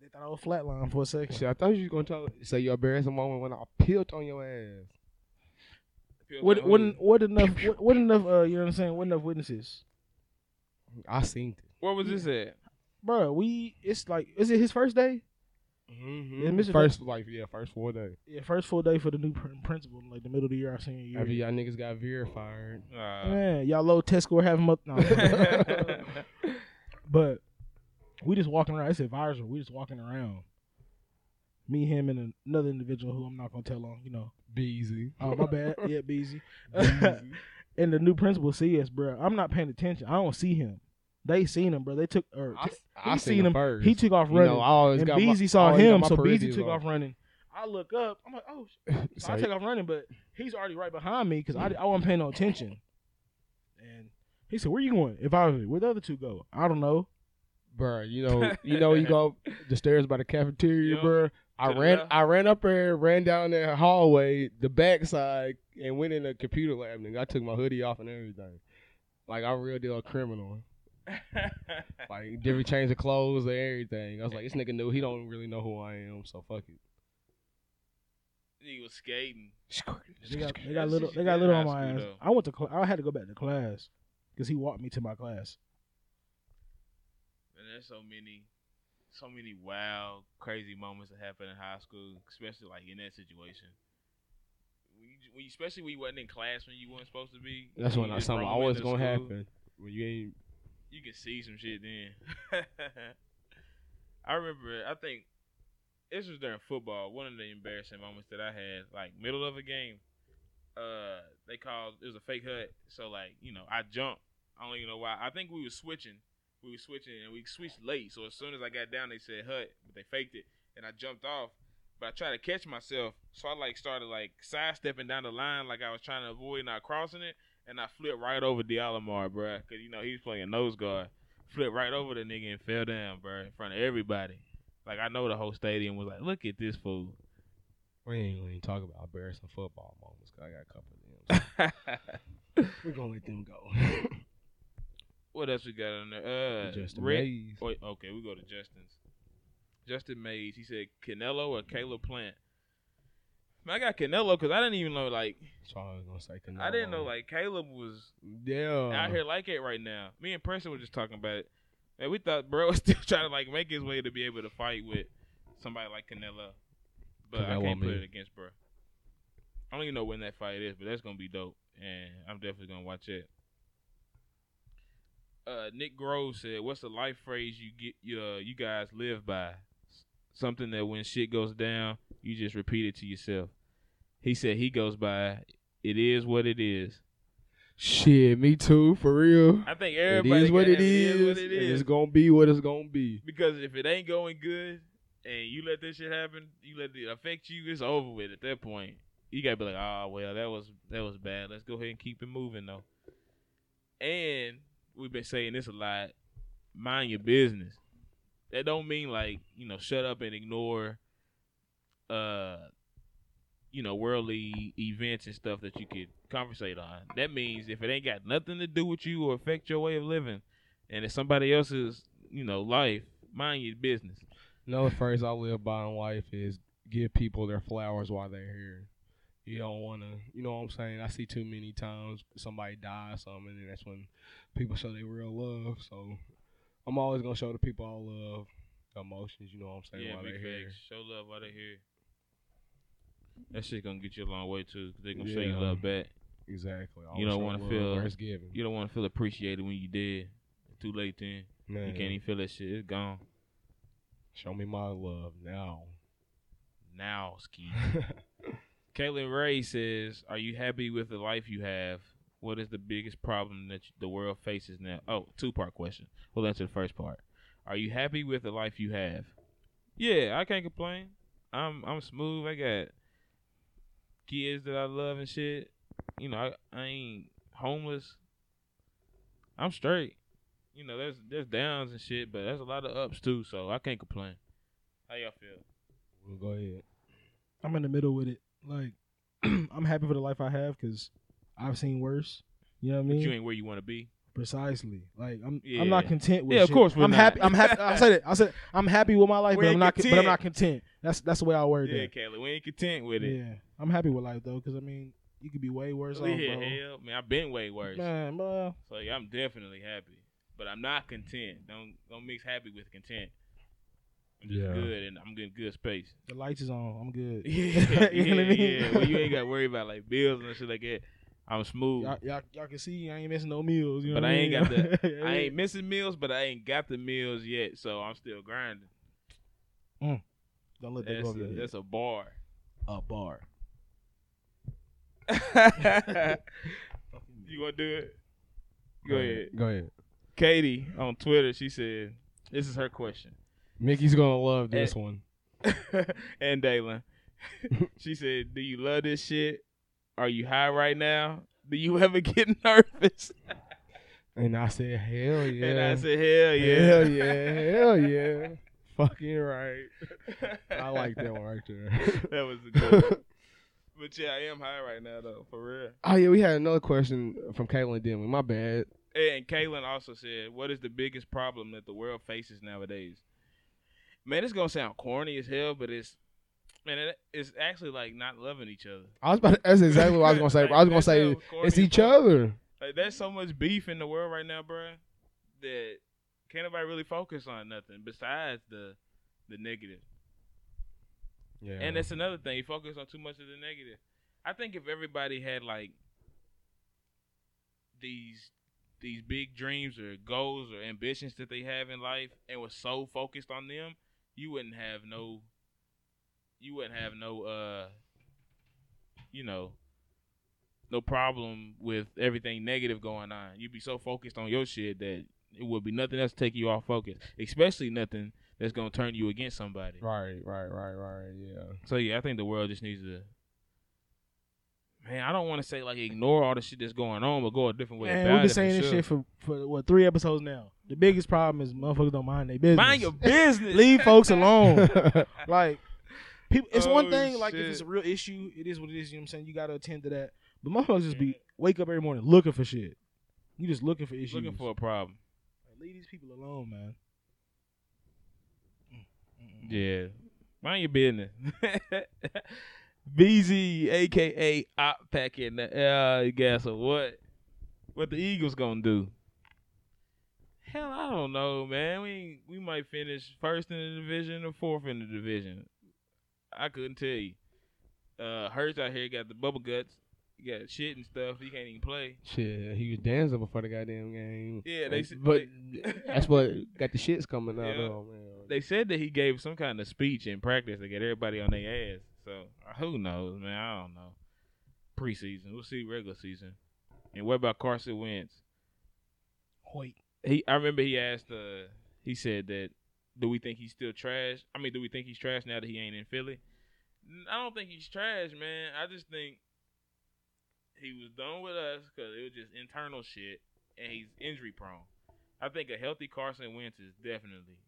Speaker 3: they thought I was flatline for a second.
Speaker 4: Shit, I thought you was gonna tell say your embarrassing moment when I peeled on your ass.
Speaker 2: Feel
Speaker 3: What
Speaker 2: like-
Speaker 3: what what enough what, what enough uh you know what I'm saying? What enough witnesses,
Speaker 4: I seen it.
Speaker 2: Where was this at?
Speaker 3: bro? We it's like is it his first day? Yeah, Mr.
Speaker 4: First, like yeah, first four day.
Speaker 3: Yeah, first full day for the new pr- principal, like the middle of the year, our senior year.
Speaker 4: After y'all niggas got verified.
Speaker 2: Uh,
Speaker 3: Man, y'all low test score having month. No, but we just walking around. It's advisor. We just walking around. Me, him, and another individual who I'm not gonna tell on. You know.
Speaker 4: Beezy.
Speaker 3: Oh my bad. Yeah, Beezy.
Speaker 4: Beezy.
Speaker 3: and the new principal see us, bro. I'm not paying attention. I don't see him. They seen him, bro. They took or
Speaker 4: I,
Speaker 3: t-
Speaker 4: I
Speaker 3: he
Speaker 4: seen
Speaker 3: seen
Speaker 4: him
Speaker 3: him.
Speaker 4: first.
Speaker 3: he took off
Speaker 4: You know,
Speaker 3: running.
Speaker 4: I always
Speaker 3: and
Speaker 4: got my-
Speaker 3: Beezy
Speaker 4: I
Speaker 3: saw
Speaker 4: always got
Speaker 3: him,
Speaker 4: my
Speaker 3: so Beezy
Speaker 4: Parisians
Speaker 3: took
Speaker 4: on.
Speaker 3: off running. I look up. I'm like, oh, sh-. so I
Speaker 4: So-
Speaker 3: take off running, but he's already right behind me because I, I wasn't paying no attention. And He said, "Where you going?" If I was you, where the other two go, I don't know.
Speaker 4: Bruh, you know, you know, you go up the stairs by the cafeteria,
Speaker 2: Yup.
Speaker 4: bruh. I
Speaker 2: To the
Speaker 4: ran,
Speaker 2: left.
Speaker 4: I ran up there, ran down that hallway, the backside, and went in the computer lab. Nigga, I took my hoodie off and everything. Like I'm real deal criminal. Like different change of clothes and everything. I was like, this nigga knew he don't really know who I am, so fuck
Speaker 2: he was skating.
Speaker 3: They
Speaker 4: it.
Speaker 3: got, they got
Speaker 2: That's
Speaker 3: little,
Speaker 2: just
Speaker 3: they got
Speaker 2: in
Speaker 3: little
Speaker 2: high
Speaker 3: on my
Speaker 2: school,
Speaker 3: ass.
Speaker 2: though.
Speaker 3: I went to, cl- I had to go back to class because he walked me to my class.
Speaker 2: And there's so many, so many wild, crazy moments that happen in high school, especially like in that situation. When you, when you- especially when you wasn't in class when you weren't supposed to be.
Speaker 4: That's
Speaker 2: you
Speaker 4: when I,
Speaker 2: just
Speaker 4: something
Speaker 2: roll
Speaker 4: always
Speaker 2: into
Speaker 4: gonna
Speaker 2: school,
Speaker 4: happen. When you ain't
Speaker 2: You can see some shit then. I remember. I think this was during football. One of the embarrassing moments that I had, like middle of a game, uh, they called it was a fake hut. So like, you know, I jumped. I don't even know why. I think we were switching. We were switching and we switched late. So as soon as I got down, they said hut, but they faked it, and I jumped off. But I tried to catch myself, so I like started like sidestepping down the line, like I was trying to avoid not crossing it, and I flipped right over Dialamar, bruh. cause you know he was playing nose guard. Flipped right over the nigga and fell down, bruh, in front of everybody. Like I know the whole stadium was like, look at this fool.
Speaker 4: we ain't, we ain't talk about embarrassing football moments. 'cause I got a couple of them. We're gonna let them go.
Speaker 2: what else we got on there? Uh,
Speaker 4: Just
Speaker 2: Red-
Speaker 4: amazed.
Speaker 2: Wait, okay, we go to Justin's. Justin Mays. He said Canelo or Caleb Plant. Man, I got Canelo because I didn't even know like
Speaker 4: So I was gonna say
Speaker 2: I didn't know
Speaker 4: Canelo.
Speaker 2: like Caleb was
Speaker 4: Yeah.
Speaker 2: out here like it right now. Me and Preston were just talking about it, and we thought bro was still trying to like make his way to be able to fight with somebody like Canelo, but I
Speaker 4: Canelo
Speaker 2: can't put
Speaker 4: me.
Speaker 2: it against bro. I don't even know when that fight is, but that's gonna be dope, and I'm definitely gonna watch it. Uh, Nick Grove said, "What's the life phrase you get you, uh, you guys live by? S- Something that when shit goes down, you just repeat it to yourself." He said he goes by, "It is what it is."
Speaker 4: Shit, me too, for real.
Speaker 2: I think
Speaker 4: It
Speaker 2: everybody
Speaker 4: is what
Speaker 2: got-
Speaker 4: it is.
Speaker 2: what it
Speaker 4: and
Speaker 2: is.
Speaker 4: it's gonna be what it's gonna be.
Speaker 2: because if it ain't going good and you let this shit happen, you let it affect you, it's over with at that point. You gotta be like, ah, well, that was that was bad. Let's go ahead and keep it moving though. And we've been saying this a lot. Mind your business. That don't mean like you know, shut up and ignore, uh, you know, worldly events and stuff that you could conversate on. That means if it ain't got nothing to do with you or affect your way of living, and it's somebody else's, you know, life, mind your business.
Speaker 4: Another phrase I live by in life is give people their flowers while they're here. You don't wanna you know what I'm saying? I see too many times somebody die or something and that's when people show their real love. So I'm always gonna show the people I love the emotions, you know what I'm saying,
Speaker 2: yeah,
Speaker 4: while
Speaker 2: big
Speaker 4: they're here.
Speaker 2: facts. Show love while they're here. That shit gonna get you a long way too. they they're gonna show you
Speaker 4: Yeah.
Speaker 2: love back.
Speaker 4: Exactly.
Speaker 2: You don't
Speaker 4: want
Speaker 2: wanna
Speaker 4: to
Speaker 2: feel-
Speaker 4: where it's given.
Speaker 2: You don't want to feel appreciated when you dead. Too late then. You
Speaker 4: Man,
Speaker 2: can't even feel that shit. It's gone
Speaker 4: show me my love now.
Speaker 2: now. Ski. Caitlin Ray says, "Are you happy with the life you have? What is the biggest problem that the world faces now?" Oh, two part question. We'll answer the first part. Are you happy with the life you have? Yeah, I can't complain. I'm I'm smooth. I got kids that I love and shit. You know, I, I ain't homeless. I'm straight. You know, there's there's downs and shit, but there's a lot of ups too. So I can't complain. How y'all feel?
Speaker 4: Well, go ahead.
Speaker 3: I'm in the middle with it. Like, I'm happy for the life I have because I've seen worse. You know what I
Speaker 2: But
Speaker 3: mean?
Speaker 2: you ain't where you want to be.
Speaker 3: Precisely. Like, I'm
Speaker 2: Yeah.
Speaker 3: I'm not content with.
Speaker 2: Yeah, of
Speaker 3: shit.
Speaker 2: course we're
Speaker 3: I'm
Speaker 2: not.
Speaker 3: happy. I'm happy. I said it. I said I'm happy with my life,
Speaker 2: We
Speaker 3: but
Speaker 2: ain't
Speaker 3: I'm not. But I'm
Speaker 2: content.
Speaker 3: not content. That's that's the way I word
Speaker 2: Yeah,
Speaker 3: that.
Speaker 2: Caleb, we ain't content with it.
Speaker 3: Yeah, I'm happy with life though, because I mean, you could be way worse off,
Speaker 2: yeah,
Speaker 3: bro.
Speaker 2: hell, man, I've been way worse.
Speaker 3: Man, bro.
Speaker 2: So yeah, I'm definitely happy, but I'm not content. Don't don't mix happy with content. I'm just
Speaker 4: Yeah.
Speaker 2: good, and I'm getting good space.
Speaker 3: The lights is on. I'm good.
Speaker 2: yeah,
Speaker 3: You know what I
Speaker 2: yeah,
Speaker 3: mean?
Speaker 2: yeah. Well, you ain't got to worry about like bills and shit like that. I'm smooth.
Speaker 3: Y'all, y'all, y'all can see I ain't missing no meals. You know
Speaker 2: But
Speaker 3: what
Speaker 2: I ain't got
Speaker 3: mean?
Speaker 2: I ain't missing meals, but I ain't got the meals yet, so I'm still grinding.
Speaker 3: Don't let that
Speaker 2: That's
Speaker 3: go
Speaker 2: a,
Speaker 3: over your head.
Speaker 2: that's a bar.
Speaker 3: a bar.
Speaker 2: you gonna do it? Go ahead.
Speaker 4: Go ahead.
Speaker 2: Katie on Twitter, she said, "This is her question."
Speaker 4: Mickey's gonna love this
Speaker 2: Eh.
Speaker 4: one.
Speaker 2: and Daylon. she said, "Do you love this shit? Are you high right now? Do you ever get nervous?"
Speaker 4: And I said, hell yeah.
Speaker 2: And I said, hell
Speaker 4: Hell
Speaker 2: yeah.
Speaker 4: yeah. Hell yeah. Fucking right. I like that one right there.
Speaker 2: that was a good one. But yeah, I am high right now though, for real.
Speaker 4: oh yeah, we had another question from Caitlin Denley. My bad.
Speaker 2: And Kaylin also said, "What is the biggest problem that the world faces nowadays?" Man, it's gonna sound corny as hell, but it's man, it, it's actually like not loving each other.
Speaker 4: I was about to, that's exactly what I was gonna say. bro. I was gonna
Speaker 2: Like,
Speaker 4: say
Speaker 2: that's how corny
Speaker 4: it's
Speaker 2: it
Speaker 4: each
Speaker 2: sounds.
Speaker 4: other.
Speaker 2: Like, there's so much beef in the world right now, bruh, that can't nobody really focus on nothing besides the the negative.
Speaker 4: Yeah.
Speaker 2: And that's another thing. You focus on too much of the negative. I think if everybody had like these these big dreams or goals or ambitions that they have in life and was so focused on them, you wouldn't have no you wouldn't have no uh you know no problem with everything negative going on. You'd be so focused on your shit that it would be nothing else to take you off focus. Especially nothing that's gonna turn you against somebody.
Speaker 4: right, right, right, right. Yeah.
Speaker 2: So yeah, I think the world just needs to. Man, I don't want to say like ignore all the shit that's going on, but go a different way
Speaker 3: Man,
Speaker 2: about
Speaker 3: we've
Speaker 2: it.
Speaker 3: been
Speaker 2: for
Speaker 3: saying this
Speaker 2: sure.
Speaker 3: shit for, for what three episodes now. The biggest problem is motherfuckers don't mind their business.
Speaker 2: Mind your business.
Speaker 3: Leave folks alone. like people, it's one
Speaker 2: Oh,
Speaker 3: thing. Like if
Speaker 2: shit.
Speaker 3: it's a real issue, it is what it is. You know what I'm saying? You got to attend to that. But motherfuckers just be wake up every morning looking for shit. You just looking for issues.
Speaker 2: Looking for a problem.
Speaker 3: Like, leave these people alone, man.
Speaker 2: Yeah. Mind your business. BZ, aka Op Pack in the air. Guess what? What the Eagles gonna do? Hell, I don't know, man. We we might finish first in the division or fourth in the division. I couldn't tell you. Uh, Hurts out here got the bubble guts. He got shit and stuff. He can't even play.
Speaker 4: Shit, he was dancing before the goddamn game.
Speaker 2: Yeah, they
Speaker 4: And-
Speaker 2: said-
Speaker 4: But
Speaker 2: they-
Speaker 4: that's what got the shits coming out.
Speaker 2: Yeah.
Speaker 4: Oh man.
Speaker 2: They said that he gave some kind of speech in practice to get everybody on their ass. So who knows, man? I don't know. Preseason, we'll see regular season. And what about Carson Wentz?
Speaker 3: Wait.
Speaker 2: He, I remember he asked. Uh, he said that, do we think he's still trash? I mean, do we think he's trash now that he ain't in Philly? N- I don't think he's trash, man. I just think he was done with us because it was just internal shit, and he's injury prone. I think a healthy Carson Wentz is definitely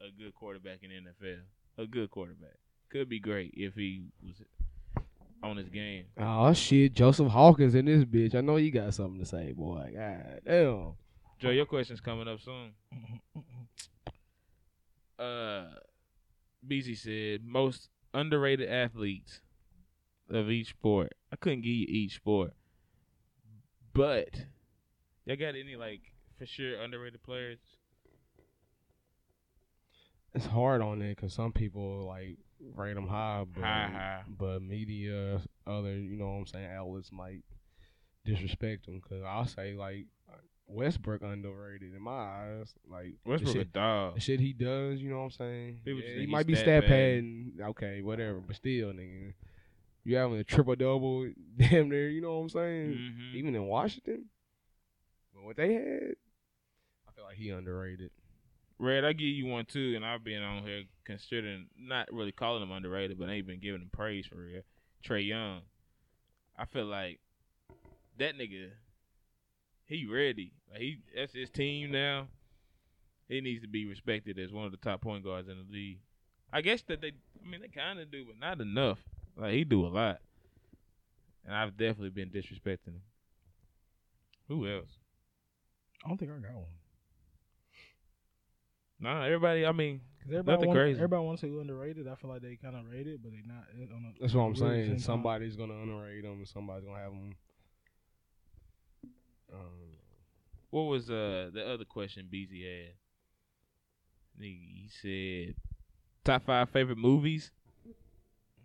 Speaker 2: a good quarterback in the NFL. A good quarterback could be great if he was on his game.
Speaker 4: Oh shit, Joseph Hawkins in this bitch. I know you got something to say, boy. God damn.
Speaker 2: Joe, your question's coming up soon. Uh, BZ said most underrated athletes of each sport. I couldn't give you each sport, but y'all got any like for sure underrated players?
Speaker 4: It's hard on it because some people like rate them high, but
Speaker 2: High, high.
Speaker 4: but media, other you know what I'm saying outlets might disrespect them because I'll say like Westbrook underrated in my eyes. Like the
Speaker 2: Westbrook a
Speaker 4: shit, the
Speaker 2: dog.
Speaker 4: shit he does, you know what I'm saying.
Speaker 2: People just think
Speaker 4: Yeah, he
Speaker 2: he's
Speaker 4: might be
Speaker 2: stat
Speaker 4: stat
Speaker 2: padding.
Speaker 4: padding, okay, whatever, but still, nigga, you having a triple double, damn near, you know what I'm saying
Speaker 2: Mhm.
Speaker 4: even in Washington. But what they had, I feel like he underrated.
Speaker 2: Red, I give you one too, and I've been on here considering not really calling him underrated, but ain't been giving him praise for real. Trey Young, I feel like that nigga, he ready. Like he that's his team now. He needs to be respected as one of the top point guards in the league. I guess that they, I mean, they kind of do, but not enough. Like he do a lot, and I've definitely been disrespecting him. Who else?
Speaker 3: I don't think I got one.
Speaker 2: Nah, everybody. I mean,
Speaker 3: Cause everybody
Speaker 2: Nothing
Speaker 3: want,
Speaker 2: crazy.
Speaker 3: everybody wants to underrated. I feel like they kind of rated, but they not. uh, I don't know.
Speaker 4: That's what I'm
Speaker 3: Really at the
Speaker 4: saying.
Speaker 3: same
Speaker 4: Somebody's gonna underrate him. Somebody's gonna have him. Um,
Speaker 2: What was uh the other question BZ had? Nigga, he said top five favorite movies.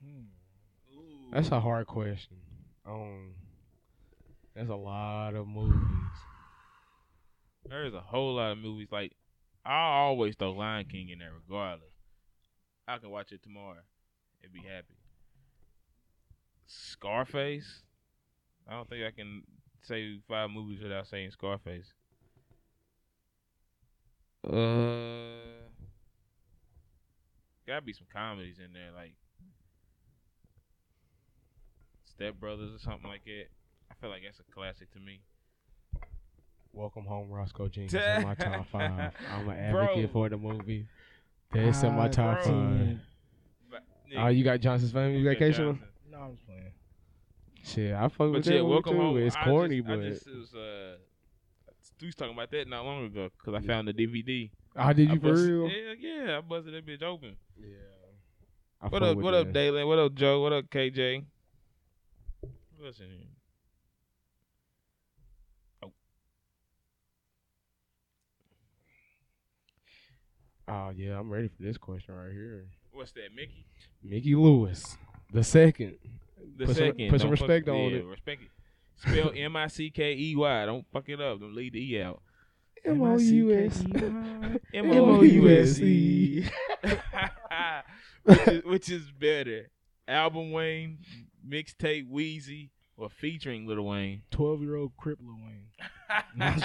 Speaker 3: Hmm.
Speaker 4: that's a hard question. Um, that's a lot of movies.
Speaker 2: There's a whole lot of movies. Like I always throw Lion King in there, regardless. I can watch it tomorrow and be happy. Scarface. I don't think I can say five movies without saying Scarface. Uh, gotta be some comedies in there, like Step Brothers or something like that. I feel like that's a classic to me.
Speaker 4: Welcome Home, Roscoe Jenkins. in my top five. I'm an advocate
Speaker 2: Bro.
Speaker 4: for the movie. That's in my
Speaker 3: I-
Speaker 4: top
Speaker 2: bro.
Speaker 4: five.
Speaker 2: But,
Speaker 4: Oh, you got Johnson's Family
Speaker 2: Nick
Speaker 4: Vacation?
Speaker 2: Johnson.
Speaker 3: No, I'm just playing.
Speaker 4: Shit, I fuck with
Speaker 2: But
Speaker 4: that
Speaker 2: yeah,
Speaker 4: movie
Speaker 2: welcome
Speaker 4: too.
Speaker 2: home.
Speaker 4: It's
Speaker 2: I
Speaker 4: corny,
Speaker 2: just,
Speaker 4: but
Speaker 2: I just it was uh, we was talking about that not long ago because I found the DVD.
Speaker 4: how Ah, did
Speaker 2: I
Speaker 4: you for
Speaker 2: busted-
Speaker 4: real?
Speaker 2: Yeah, yeah, I busted that bitch open.
Speaker 4: Yeah. I
Speaker 2: What
Speaker 4: fuck
Speaker 2: up?
Speaker 4: with
Speaker 2: What up,
Speaker 4: that.
Speaker 2: Dalen? What up, Joe? What up, KJ? Who else in here?
Speaker 4: Oh yeah, I'm ready for this question right here.
Speaker 2: What's that, Mickey?
Speaker 4: Mickey Lewis, the second.
Speaker 2: The
Speaker 4: Put some-
Speaker 2: second.
Speaker 4: put some
Speaker 2: Don't fuck-
Speaker 4: respect on
Speaker 2: yeah,
Speaker 4: it.
Speaker 2: Respect it. Spell M I C K E Y. Don't fuck it up. Don't leave the E out.
Speaker 4: M O U
Speaker 3: E
Speaker 4: S. E.
Speaker 2: M
Speaker 4: O U S E.
Speaker 2: which, is, which is better, album Wayne, mixtape Wheezy, or featuring Little Wayne?
Speaker 3: Twelve year old crip Lil Wayne.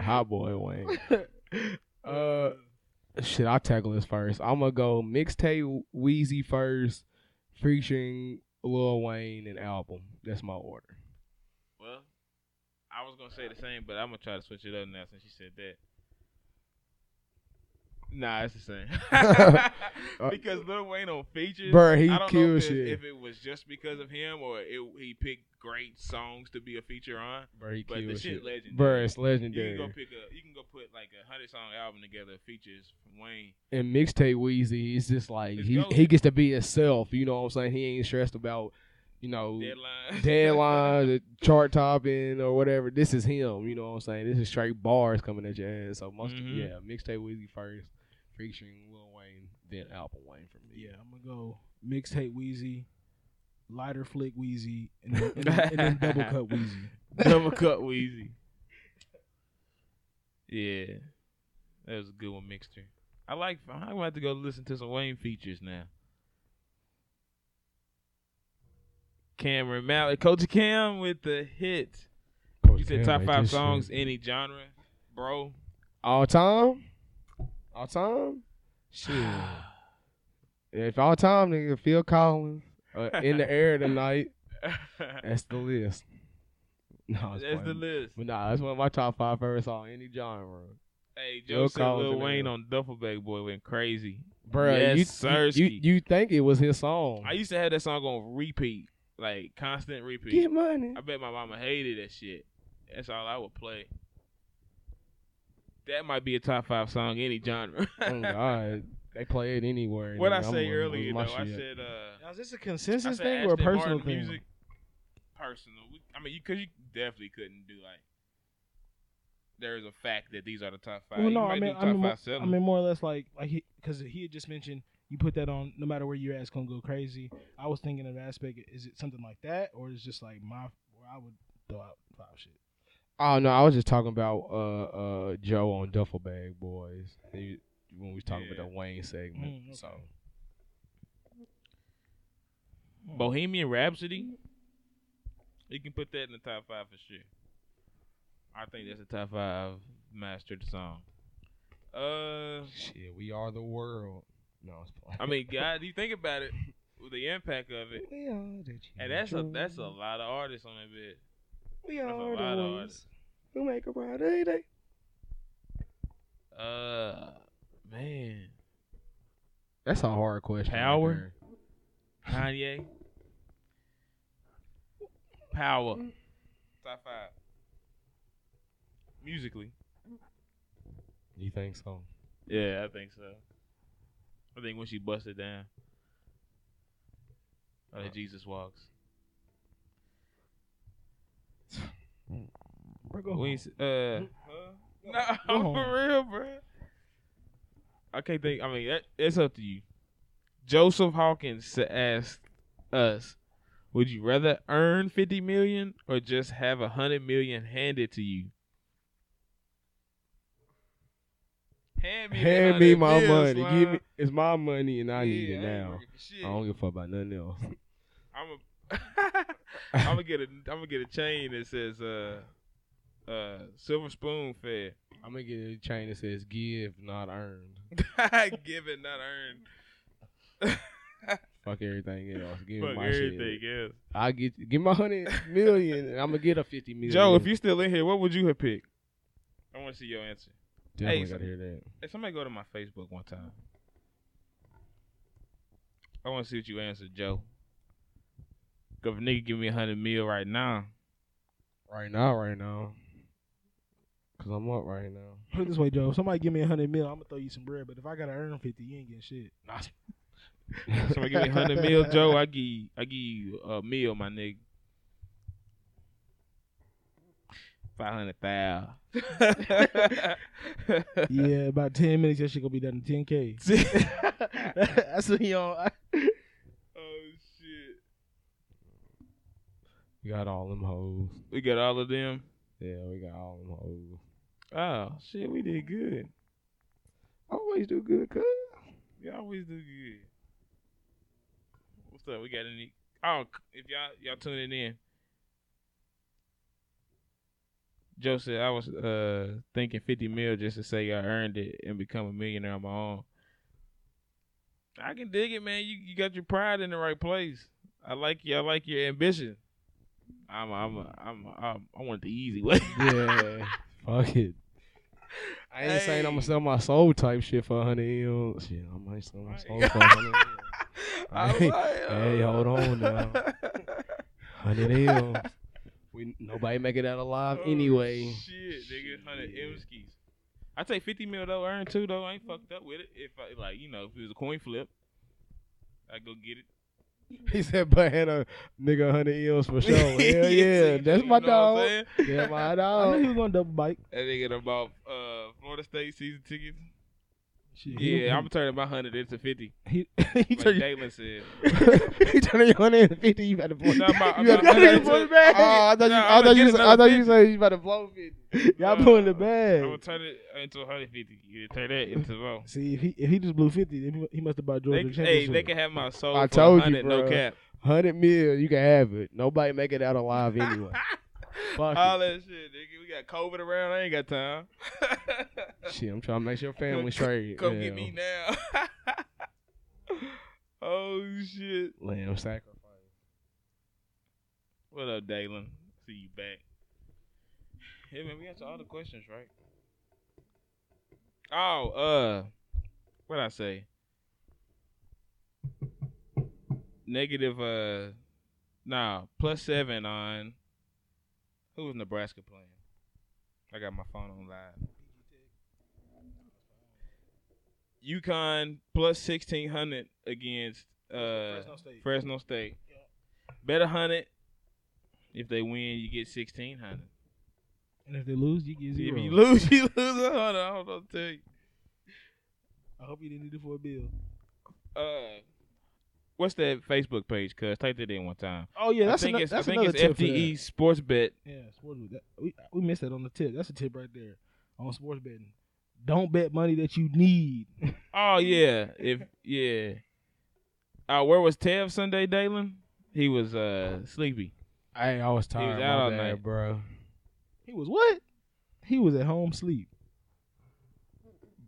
Speaker 4: Hot boy Wayne. uh, shit, I'll tackle this first. I'm gonna go mixtape Wheezy first, featuring Lil Wayne and album. That's my order.
Speaker 2: well, I was gonna say the same, but I'm gonna try to switch it up now since you said that. Nah, it's the same. because Lil Wayne on features,
Speaker 4: Bruh, he
Speaker 2: I don't know
Speaker 4: killed
Speaker 2: if,
Speaker 4: shit.
Speaker 2: it- if it was just because of him or it, he picked great songs to be a feature on.
Speaker 4: Bro, he
Speaker 2: But the
Speaker 4: killed
Speaker 2: shit
Speaker 4: shit.
Speaker 2: legendary.
Speaker 4: Bruh, it's
Speaker 2: You can go
Speaker 4: legendary.
Speaker 2: pick a, you can go put like a hundred song album together, features from Wayne.
Speaker 4: And mixtape Wheezy, he's just like
Speaker 2: It's
Speaker 4: he
Speaker 2: gold.
Speaker 4: he gets to be himself. You know what I'm saying? He ain't stressed about you know
Speaker 2: Deadline.
Speaker 4: deadline, the chart topping, or whatever. This is him. You know what I'm saying? This is straight bars coming at your ass. So most
Speaker 2: Mhm.
Speaker 4: yeah, mixtape Wheezy first, featuring Lil Wayne, then album Wayne for me.
Speaker 3: Yeah, I'm gonna go mixtape Wheezy, lighter flick Wheezy, and then, and then, and then double cut Wheezy.
Speaker 2: Double cut Wheezy. Yeah, that was a good one, Mixter. I like. I'm gonna have to go listen to some Wayne features now. Cameron Mallett, Coach Cam with the hit.
Speaker 4: Coach
Speaker 2: You said
Speaker 4: Cam
Speaker 2: top
Speaker 4: made
Speaker 2: five
Speaker 4: this
Speaker 2: songs,
Speaker 4: shit.
Speaker 2: any genre, bro.
Speaker 4: all time, all time. Shit, if all time, nigga, Phil Collins uh, in the air tonight.
Speaker 2: That's
Speaker 4: That's the list. No, I was
Speaker 2: the
Speaker 4: playing.
Speaker 2: list.
Speaker 4: But nah, that's one of my top five favorite songs, any genre.
Speaker 2: Hey,
Speaker 4: Lil
Speaker 2: Joe said
Speaker 4: Collins
Speaker 2: Lil
Speaker 4: and
Speaker 2: Wayne
Speaker 4: them.
Speaker 2: on Duffelbag Boy went crazy.
Speaker 4: Bruh,
Speaker 2: Yes,
Speaker 4: you- you,
Speaker 2: Sirski.
Speaker 4: you you think it was his song?
Speaker 2: I used to have that song on repeat, like constant repeat.
Speaker 4: Get money.
Speaker 2: I bet my mama hated that shit. That's all I would play. That might be a top five song, any genre.
Speaker 4: oh God, they play it anywhere.
Speaker 2: what I
Speaker 4: nigga. I'm
Speaker 2: say
Speaker 4: gonna
Speaker 2: earlier,
Speaker 4: lose
Speaker 2: though,
Speaker 4: my
Speaker 2: I
Speaker 4: shit.
Speaker 2: said, uh,
Speaker 3: Now, is this a
Speaker 2: I
Speaker 3: consensus
Speaker 2: said
Speaker 3: thing or a
Speaker 2: Ashton
Speaker 3: personal
Speaker 2: Martin
Speaker 3: thing?
Speaker 2: music. Personal. We, I mean, you because you definitely couldn't do like. There is a fact that these are the top five.
Speaker 3: Well,
Speaker 2: you
Speaker 3: no,
Speaker 2: might
Speaker 3: I mean,
Speaker 2: do
Speaker 3: I mean,
Speaker 2: top
Speaker 3: more,
Speaker 2: five
Speaker 3: I
Speaker 2: selling.
Speaker 3: mean, more or less like like he because he had just mentioned you put that on no matter where you're at, it's gonna go crazy. I was thinking of the aspect, is it something like that or is it just like my where I would throw out five shit?
Speaker 4: "Oh no, I was just talking about uh uh Joe on Duffel Bag Boys He- when we was talking
Speaker 2: Yeah.
Speaker 4: about the Wayne segment."
Speaker 3: Mm, okay.
Speaker 4: So
Speaker 2: Bohemian Rhapsody. You can put that in the top five for sure. I think that's the top five mastered song. Uh,
Speaker 4: shit, we are the world. No, it's playing.
Speaker 2: I mean, God, you think about it, with the impact of it,
Speaker 4: we are the
Speaker 2: and that's a
Speaker 4: children.
Speaker 2: that's a lot of artists on that bit.
Speaker 4: we
Speaker 2: That's a
Speaker 4: are
Speaker 2: lot
Speaker 4: the
Speaker 2: of
Speaker 4: ones who make a brighter day.
Speaker 2: Uh, man,
Speaker 4: That's a hard question. right
Speaker 2: Power?
Speaker 4: there.
Speaker 2: Kanye, Power, top five, musically.
Speaker 4: You think so?
Speaker 2: Yeah, I think so. I think when she busted down, oh, that Jesus walks.
Speaker 3: Bro, go
Speaker 2: We
Speaker 3: home.
Speaker 2: ain't, s- uh, no,
Speaker 3: Go home.
Speaker 2: for real, bro. I can't think. I mean, that, it's up to you. Joseph Hawkins s- asked us, "Would you rather earn fifty million or just have a hundred million handed to you?" Hand me, that
Speaker 4: Hand me
Speaker 2: 100
Speaker 4: my
Speaker 2: mil,
Speaker 4: money.
Speaker 2: slime.
Speaker 4: Give me. It's my money, and I need
Speaker 2: Yeah,
Speaker 4: it
Speaker 2: I ain't
Speaker 4: now.
Speaker 2: working for
Speaker 4: I
Speaker 2: shit.
Speaker 4: don't give a fuck about nothing else.
Speaker 2: I'm a I'm gonna get a I'm gonna get a chain that says uh uh silver spoon fed.
Speaker 4: I'm gonna get a chain that says "Give, not earned."
Speaker 2: Give it not earned.
Speaker 4: Fuck everything else. Give me
Speaker 2: Fuck
Speaker 4: my shit.
Speaker 2: everything else.
Speaker 4: I get give my hundred million, and I'm gonna get a fifty million.
Speaker 2: Joe, if you still in here, what would you have picked? I want to see your answer.
Speaker 4: definitely
Speaker 2: Hey,
Speaker 4: gotta hear that.
Speaker 2: Hey, somebody go to my Facebook one time. I want to see what you answer, Joe. 'Cause if a nigga give me a hundred mil right now,
Speaker 4: Right now, right now, cause I'm up right now.
Speaker 3: Put it this way, Joe. If somebody give me a hundred mil, I'm gonna throw you some bread. But if I gotta earn fifty, you ain't getting shit.
Speaker 2: somebody give me a hundred mil, Joe, I give you, I give you a meal, my nigga. Five hundred thousand.
Speaker 3: yeah, about ten minutes, that shit gonna be done in ten k. That's what he on.
Speaker 2: oh shit!
Speaker 4: We got all them hoes.
Speaker 2: We got all of them.
Speaker 4: Yeah, we got all them hoes.
Speaker 2: Oh shit, we did good.
Speaker 4: I always do good, cuz.
Speaker 2: We always do good. What's up? We got any? Oh, c- if y'all y'all tuning in. Joe said I was uh thinking fifty mil just to say I earned it and become a millionaire on my own. I can dig it, man. You you got your pride in the right place. I like you. I like your ambition. I'm a, I'm a, I'm, a, I'm I want the easy way.
Speaker 4: Yeah, fuck it. I ain't saying I'm
Speaker 2: Hey.
Speaker 4: gonna sell my soul type shit for a hundred mil. Shit, I might sell my soul
Speaker 2: Right.
Speaker 4: for a hundred mil.
Speaker 2: I was
Speaker 4: Hey,
Speaker 2: like,
Speaker 4: hey,
Speaker 2: uh,
Speaker 4: hold on now. Hundred mil. We nobody make it out alive
Speaker 2: Oh,
Speaker 4: anyway.
Speaker 2: Shit, nigga, hundred
Speaker 4: Shit.
Speaker 2: M skis. I take fifty mil though, earn two though. I ain't fucked up with it. If I like, you know, if it was a coin flip, I go get it.
Speaker 4: He said, but had a nigga hundred mils for sure. Hell yeah,
Speaker 2: You
Speaker 4: that's
Speaker 2: know
Speaker 4: my
Speaker 2: what I'm
Speaker 4: dog.
Speaker 2: saying?
Speaker 4: Yeah,
Speaker 3: I knew
Speaker 4: my
Speaker 3: he
Speaker 4: dog.
Speaker 3: was gonna double bike.
Speaker 2: That nigga done bought uh, Florida State season tickets.
Speaker 3: Shit, he-
Speaker 2: Yeah, I'm turning my hundred into fifty.
Speaker 3: He, he
Speaker 2: Like
Speaker 3: turned.
Speaker 2: Jalen said.
Speaker 4: he turned your hundred and fifty. You about to blow.
Speaker 2: No, I'm about-
Speaker 4: you
Speaker 2: I'm
Speaker 4: about
Speaker 2: about-
Speaker 4: to-
Speaker 2: I'm about to-
Speaker 4: Oh, I thought you.
Speaker 2: No,
Speaker 4: I
Speaker 2: I'm
Speaker 4: thought you.
Speaker 2: gonna
Speaker 4: said-
Speaker 2: get
Speaker 4: I thought you
Speaker 2: another
Speaker 4: said you about to blow fifty.
Speaker 3: Y'all blowing the
Speaker 2: I'm gonna
Speaker 3: bag.
Speaker 2: turn it into a hundred fifty. You turn that into low.
Speaker 3: See, if he if he just blew fifty, then he- he must have bought
Speaker 2: They,
Speaker 3: Georgia
Speaker 2: hey,
Speaker 3: championship.
Speaker 2: they can have my soul.
Speaker 4: I
Speaker 2: for
Speaker 4: told you,
Speaker 2: 100, no
Speaker 4: bruh.
Speaker 2: cap.
Speaker 4: Hundred mil, you can have it. Nobody make it out alive anyway. Fuck
Speaker 2: All
Speaker 4: it.
Speaker 2: that shit, nigga. We got COVID around. I ain't got time.
Speaker 4: Shit, I'm trying to make your family straight.
Speaker 2: Come
Speaker 4: yeah.
Speaker 2: get me now. oh shit.
Speaker 4: Lamb sacrifice.
Speaker 2: What up, Dalen? See you back. Hey man, we answered all the questions, right? Oh, uh, what I say? Negative, uh, nah, plus seven on. Who was Nebraska playing? I got my phone on live. UConn plus sixteen hundred against uh
Speaker 3: Fresno State.
Speaker 2: Fresno State. Bet a hundred. If they win, you get sixteen hundred.
Speaker 3: and if they lose, you get zero.
Speaker 2: If you lose, you lose a hundred. I don't know what to tell you.
Speaker 3: I hope you didn't need it for a bill.
Speaker 2: Uh, what's that Facebook page? Cause type that in one time.
Speaker 3: Oh yeah, that's
Speaker 2: I think
Speaker 3: ano-
Speaker 2: it's,
Speaker 3: that's
Speaker 2: I think
Speaker 3: another
Speaker 2: it's E.
Speaker 3: tip for that.
Speaker 2: FDE Sports Bet.
Speaker 3: Yeah, sports bet. That, we we missed that on the tip. That's a tip right there on sports betting. Don't bet money that you need.
Speaker 2: Oh yeah, if yeah. Uh, where was Tev Sunday, Dalen? He was uh sleepy.
Speaker 4: Hey, I was
Speaker 2: was
Speaker 4: tired.
Speaker 2: out
Speaker 4: my
Speaker 2: all
Speaker 4: bad,
Speaker 2: night.
Speaker 4: bro.
Speaker 3: He was what? He was at home sleep.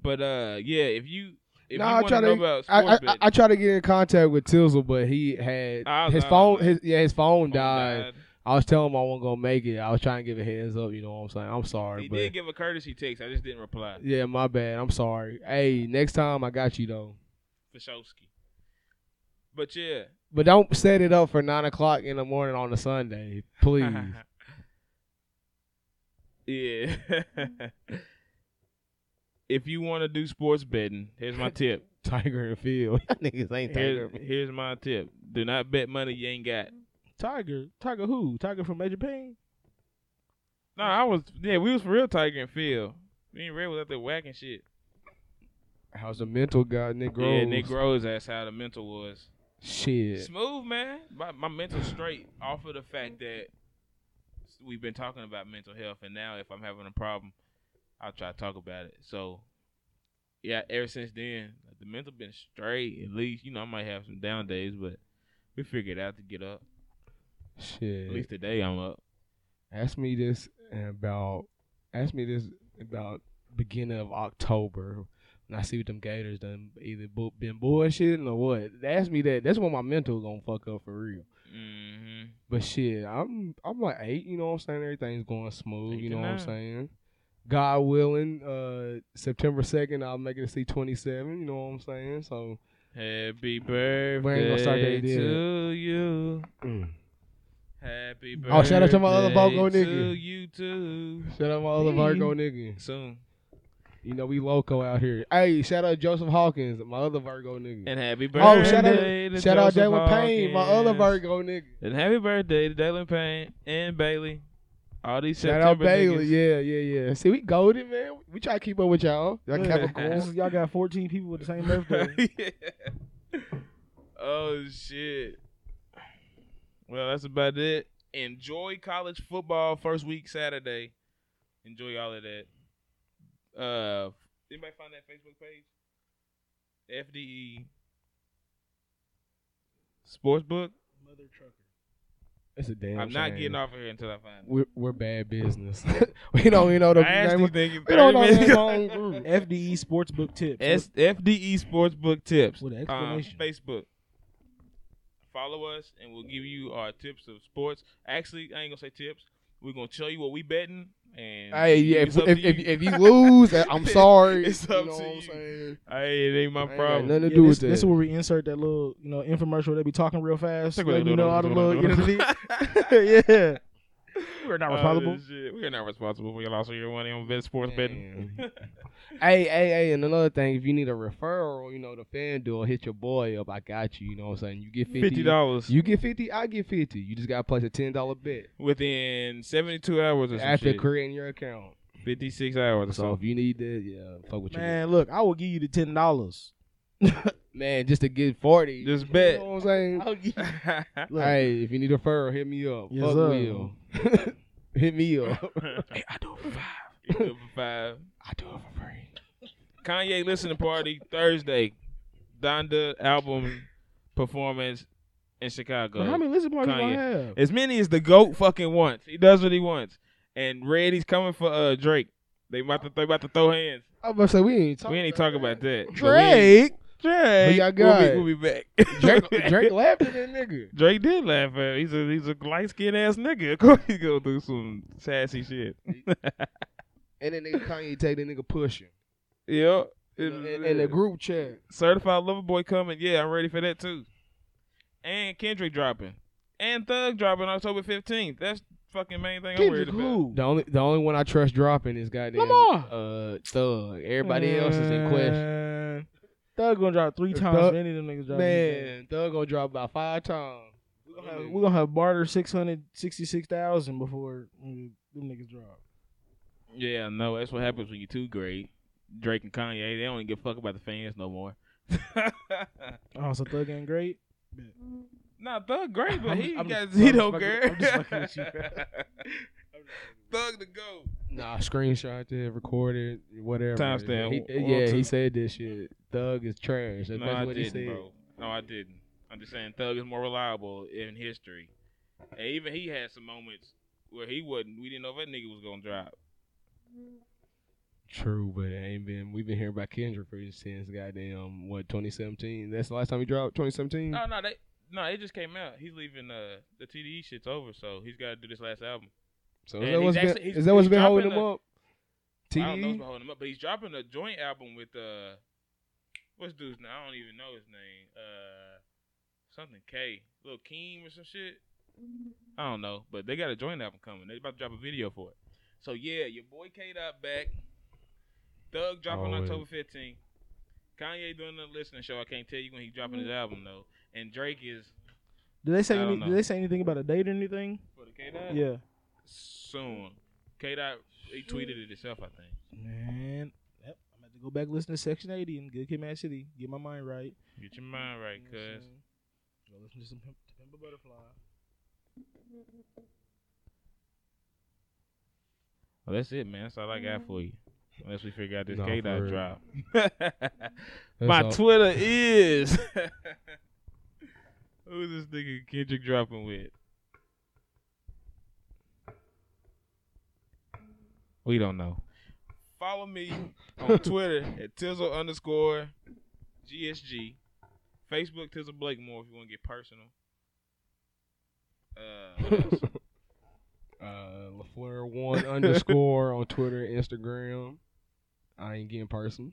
Speaker 2: But uh, yeah, if you if
Speaker 4: Nah, I
Speaker 2: you want
Speaker 4: try
Speaker 2: to know
Speaker 4: to-
Speaker 2: about
Speaker 4: I,
Speaker 2: sports
Speaker 4: I, I,
Speaker 2: betting,
Speaker 4: I tried to get in contact with Tizzle, but he had
Speaker 2: I was
Speaker 4: his
Speaker 2: out all
Speaker 4: phone.
Speaker 2: night.
Speaker 4: His, yeah, his phone,
Speaker 2: phone
Speaker 4: died. I was telling him I wasn't gonna make it. I was trying to give a heads up. You know what I'm saying? I'm sorry,
Speaker 2: He
Speaker 4: but
Speaker 2: did give a courtesy text. I just didn't reply.
Speaker 4: yeah, my bad. I'm sorry. Hey, next time I got you though.
Speaker 2: Fashowski. But yeah,
Speaker 4: But don't set it up for nine o'clock in the morning on a Sunday, please.
Speaker 2: yeah. if you want to do sports betting, here's my tip.
Speaker 4: Tiger and Phil, Y'all niggas ain't Tiger.
Speaker 2: Here's,
Speaker 4: and Phil.
Speaker 2: here's my tip. Do not bet money you ain't got.
Speaker 3: Tiger, Tiger who? Tiger from Major Pain.
Speaker 2: No, I was yeah, we was for real Tiger and Phil. Me and Red was out there whacking shit.
Speaker 4: How's the mental guy, Nick Groves?
Speaker 2: Yeah, Nick Groves asked how the mental was.
Speaker 4: Shit.
Speaker 2: Smooth, man. My my mental straight off of the fact that we've been talking about mental health, and now if I'm having a problem, I'll try to talk about it. So, yeah, ever since then, the mental been straight. At least you know I might have some down days, but we figured out to get up. At
Speaker 4: Shit.
Speaker 2: least today I'm up.
Speaker 4: Ask me this about. Ask me this about beginning of October And I see what them Gators done either bu- been bullshitting or what. They asked me that. That's when my mental gonna fuck up for real.
Speaker 2: Mm-hmm.
Speaker 4: But shit, I'm I'm like eight. You know what I'm saying? Everything's going smooth.
Speaker 2: Eight
Speaker 4: You
Speaker 2: to
Speaker 4: know what I'm
Speaker 2: nine.
Speaker 4: saying? God willing, uh, September second, I'll make it to see 27. You know what I'm saying? So
Speaker 2: Happy
Speaker 4: We ain't gonna start
Speaker 2: birthday
Speaker 4: that yet.
Speaker 2: to you. Happy birthday.
Speaker 4: Oh, shout out to my other Bogo
Speaker 2: To
Speaker 4: nigga.
Speaker 2: you too.
Speaker 4: shout out my other Virgo nigga.
Speaker 2: Soon.
Speaker 4: You know we loco out here. Hey, shout out Joseph Hawkins, my other Virgo nigga.
Speaker 2: And happy birthday.
Speaker 4: Oh, shout out,
Speaker 2: to
Speaker 4: shout out
Speaker 2: Joseph
Speaker 4: Jalen Payne, my other
Speaker 2: Hawkins.
Speaker 4: Virgo nigga.
Speaker 2: And happy birthday to Jalen Payne and Bailey. All these
Speaker 4: Shout out
Speaker 2: September
Speaker 4: Bailey,
Speaker 2: niggas.
Speaker 4: yeah, yeah, yeah. See, we golden, man. We try to keep up with y'all. Y'all Capricorns.
Speaker 3: Y'all got 14 people with the same birthday.
Speaker 2: Yeah. Oh shit. Well, that's about it. Enjoy college football first week Saturday. Enjoy all of that. Uh, anybody find that Facebook page? E. FDE Sportsbook.
Speaker 3: Mother trucker.
Speaker 4: It's a damn.
Speaker 2: I'm not
Speaker 4: shame.
Speaker 2: getting off of here until I find it.
Speaker 4: We're, we're bad business. we don't even know the
Speaker 2: I asked
Speaker 4: name.
Speaker 2: you
Speaker 4: Of,
Speaker 2: thinking
Speaker 4: we don't know
Speaker 2: 30 minutes.
Speaker 4: the wrong group.
Speaker 3: FDE E Sportsbook Tips.
Speaker 4: E
Speaker 2: S- FDE Sportsbook tips.
Speaker 3: With an
Speaker 2: Um,
Speaker 3: explanation.
Speaker 2: Facebook. Follow us, and we'll give you our tips of sports. Actually, I ain't gonna say tips. We're gonna tell you what we betting, and
Speaker 4: Hey, yeah.
Speaker 2: it's
Speaker 4: If,
Speaker 2: up
Speaker 4: if,
Speaker 2: to
Speaker 4: if,
Speaker 2: you.
Speaker 4: if you lose, eh, I'm sorry.
Speaker 2: It's
Speaker 4: you
Speaker 2: up
Speaker 4: know
Speaker 2: to
Speaker 4: what I'm
Speaker 2: you.
Speaker 4: saying?
Speaker 2: hey, it ain't my
Speaker 4: I ain't got
Speaker 2: problem.
Speaker 4: Nothing to
Speaker 3: Yeah,
Speaker 4: do
Speaker 3: this,
Speaker 4: with
Speaker 3: this
Speaker 4: this.
Speaker 3: is where we insert that little, you know, infomercial. They be talking real fast.
Speaker 2: Think we're
Speaker 3: letting you
Speaker 2: doing
Speaker 3: know
Speaker 2: it,
Speaker 3: all the
Speaker 2: we're doing
Speaker 3: little,
Speaker 2: it,
Speaker 3: you know
Speaker 2: we're
Speaker 3: what
Speaker 2: doing it.
Speaker 3: I mean? Yeah. We're not
Speaker 2: Oh,
Speaker 3: responsible.
Speaker 2: shit. We're not responsible for your loss of your money on bet sports betting.
Speaker 4: Hey, hey, hey, and another thing, if you need a referral, you know, the fan duel, hit your boy up. I got you. You know what I'm saying? You get 50.
Speaker 2: Fifty dollars
Speaker 4: You get 50, I get 50. You just got to place a $10 bet
Speaker 2: within seventy-two hours or some
Speaker 4: after
Speaker 2: shit.
Speaker 4: creating your account.
Speaker 2: Fifty-six hours or
Speaker 4: So if
Speaker 2: something.
Speaker 4: you need that, yeah, fuck with you. Man,
Speaker 3: Man, look, I will give you the ten dollars.
Speaker 4: just to get 40.
Speaker 2: Just
Speaker 4: you
Speaker 2: bet.
Speaker 4: know what I'm saying?
Speaker 3: Look,
Speaker 4: Hey, if you need a referral, hit me up.
Speaker 3: Yes,
Speaker 4: fuck
Speaker 3: sir.
Speaker 4: Will. hit me up.
Speaker 2: hey,
Speaker 4: I do it for five.
Speaker 2: five.
Speaker 4: I do it for free.
Speaker 2: Kanye listening party Thursday. Donda album performance in Chicago.
Speaker 3: But how many listen parties you gonna have?
Speaker 2: as many as the goat fucking wants. He does what he wants. And Reddy's coming for uh Drake. They about to they about to throw hands.
Speaker 4: I'm about to say, we ain't talking
Speaker 2: we ain't talk about that. But we ain't-
Speaker 4: Drake.
Speaker 2: Drake.
Speaker 4: Who y'all
Speaker 2: We'll
Speaker 4: got?
Speaker 2: be, we'll be back.
Speaker 4: Drake, Drake laughed at that nigga.
Speaker 2: Drake did laugh at. Him. He's a he's a light skinned ass nigga. Of course he's gonna do some sassy shit.
Speaker 4: And then nigga Kanye take that nigga pushing.
Speaker 2: Yep.
Speaker 4: In, in, in the group chat.
Speaker 2: Certified Lover Boy coming. Yeah, I'm ready for that too. And Kendrick dropping. And Thug dropping October 15th. That's fucking main thing I'm
Speaker 3: Kendrick
Speaker 2: worried about.
Speaker 3: who?
Speaker 4: The only the only one I trust dropping is goddamn
Speaker 3: Lamar.
Speaker 4: uh Thug. Everybody else is in question.
Speaker 3: question. Thug gonna drop three times.
Speaker 4: Thug-
Speaker 3: Thug, any of them niggas drop.
Speaker 4: Man, Thug gonna drop about five times.
Speaker 3: we're gonna have, we gonna have barter six hundred sixty six thousand before mm, them niggas drop.
Speaker 2: Yeah, no, that's what happens when you too great. Drake and Kanye, they don't even give a fuck about the fans no more.
Speaker 3: Oh, so Thug ain't great.
Speaker 2: nah, Thug great, but
Speaker 3: I'm-
Speaker 2: he
Speaker 3: I'm
Speaker 2: got
Speaker 3: just-
Speaker 2: he
Speaker 3: I'm just
Speaker 2: don't
Speaker 3: fucking-
Speaker 2: care.
Speaker 3: I'm just fucking with you, bro.
Speaker 2: Thug the go.
Speaker 4: Nah, screenshot it, recorded, whatever.
Speaker 2: Timestamp.
Speaker 4: He-
Speaker 2: One,
Speaker 4: Yeah,
Speaker 2: two.
Speaker 4: he said this shit. Thug is trash. That's
Speaker 2: No, I
Speaker 4: what he
Speaker 2: didn't,
Speaker 4: said.
Speaker 2: bro. No, I didn't. I'm just saying Thug is more reliable in history. And even he had some moments where he wasn't. We didn't know if that nigga was gonna drop.
Speaker 4: True, but it ain't been. We've been hearing about Kendrick for since goddamn what 2017. That's the last time he dropped 2017.
Speaker 2: No, no, they no, it just came out. He's leaving uh the TDE shit's over, so he's got to do this last album.
Speaker 4: so
Speaker 2: and
Speaker 4: is that
Speaker 2: he's
Speaker 4: what's
Speaker 2: actually-
Speaker 4: been?
Speaker 2: he's-
Speaker 4: Is that what's
Speaker 2: he's
Speaker 4: been holding him
Speaker 2: dropping
Speaker 4: up?
Speaker 2: I don't know what's been
Speaker 4: TDE.
Speaker 2: holding him up, but he's dropping a joint album with uh what's dude's name? I don't even know his name. Uh, something K, Lil Keem or some shit. I don't know, but they got a joint album coming. They about to drop a video for it. So yeah, your boy K Dot back. Thug dropping
Speaker 4: Oh,
Speaker 2: on
Speaker 4: wait.
Speaker 2: October fifteenth. Kanye doing the listening show. I can't tell you when he's dropping his album though. And Drake is
Speaker 3: Did they say
Speaker 2: I don't
Speaker 3: any,
Speaker 2: know.
Speaker 3: did they say anything about a date or anything?
Speaker 2: for the K Dot.
Speaker 3: Yeah.
Speaker 2: soon. K Dot he tweeted it himself, I think.
Speaker 3: Man, yep. I'm about to go back listen to Section 80 and Good Kid, Mad City. Get my mind right.
Speaker 2: Get your mind right,
Speaker 3: You know what I'm
Speaker 2: cuz.
Speaker 3: saying? Go listen to some Pimp, to Pimp a Butterfly.
Speaker 2: Well, Oh, that's it, man. That's all I got for you. Unless we figure out this
Speaker 4: Nah,
Speaker 2: K
Speaker 4: for
Speaker 2: Dot
Speaker 4: real.
Speaker 2: drop.
Speaker 4: That's
Speaker 2: My
Speaker 4: all-
Speaker 2: Twitter is Who's this nigga Kendrick dropping with? We don't know. follow me on Twitter at Tizzle underscore GSG. Facebook Tizzle Blakemore if you want to get personal. Uh, what else?
Speaker 4: Uh, Lafleur one underscore on Twitter, Instagram. I ain't getting person.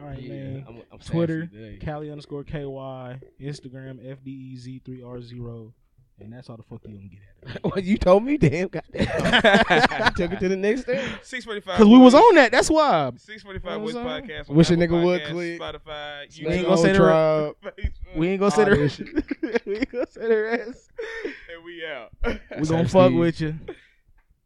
Speaker 3: All right,
Speaker 4: Yeah,
Speaker 3: man.
Speaker 4: I'm, I'm sassy
Speaker 3: Twitter,
Speaker 4: today.
Speaker 3: Cali underscore KY, Instagram, E FDEZ3R0. And that's all the fuck you gonna get at.
Speaker 4: Well, you told me, damn, goddamn. Took it to the next day.
Speaker 2: 645.
Speaker 3: Because we was on that. That's why.
Speaker 2: 645 West
Speaker 3: What was I?
Speaker 2: Podcast. on
Speaker 4: Wish a
Speaker 2: Apple
Speaker 4: nigga would
Speaker 2: Podcasts,
Speaker 4: click.
Speaker 2: Spotify.
Speaker 3: We ain't
Speaker 2: YouTube,
Speaker 3: gonna say the
Speaker 4: Tribe.
Speaker 2: Facebook, Oh,
Speaker 3: We ain't gonna say
Speaker 4: All
Speaker 3: the
Speaker 4: this
Speaker 3: we ain't gonna say the rest.
Speaker 2: and we out.
Speaker 3: We gonna
Speaker 4: Sir
Speaker 3: fuck
Speaker 4: Steve.
Speaker 3: with you.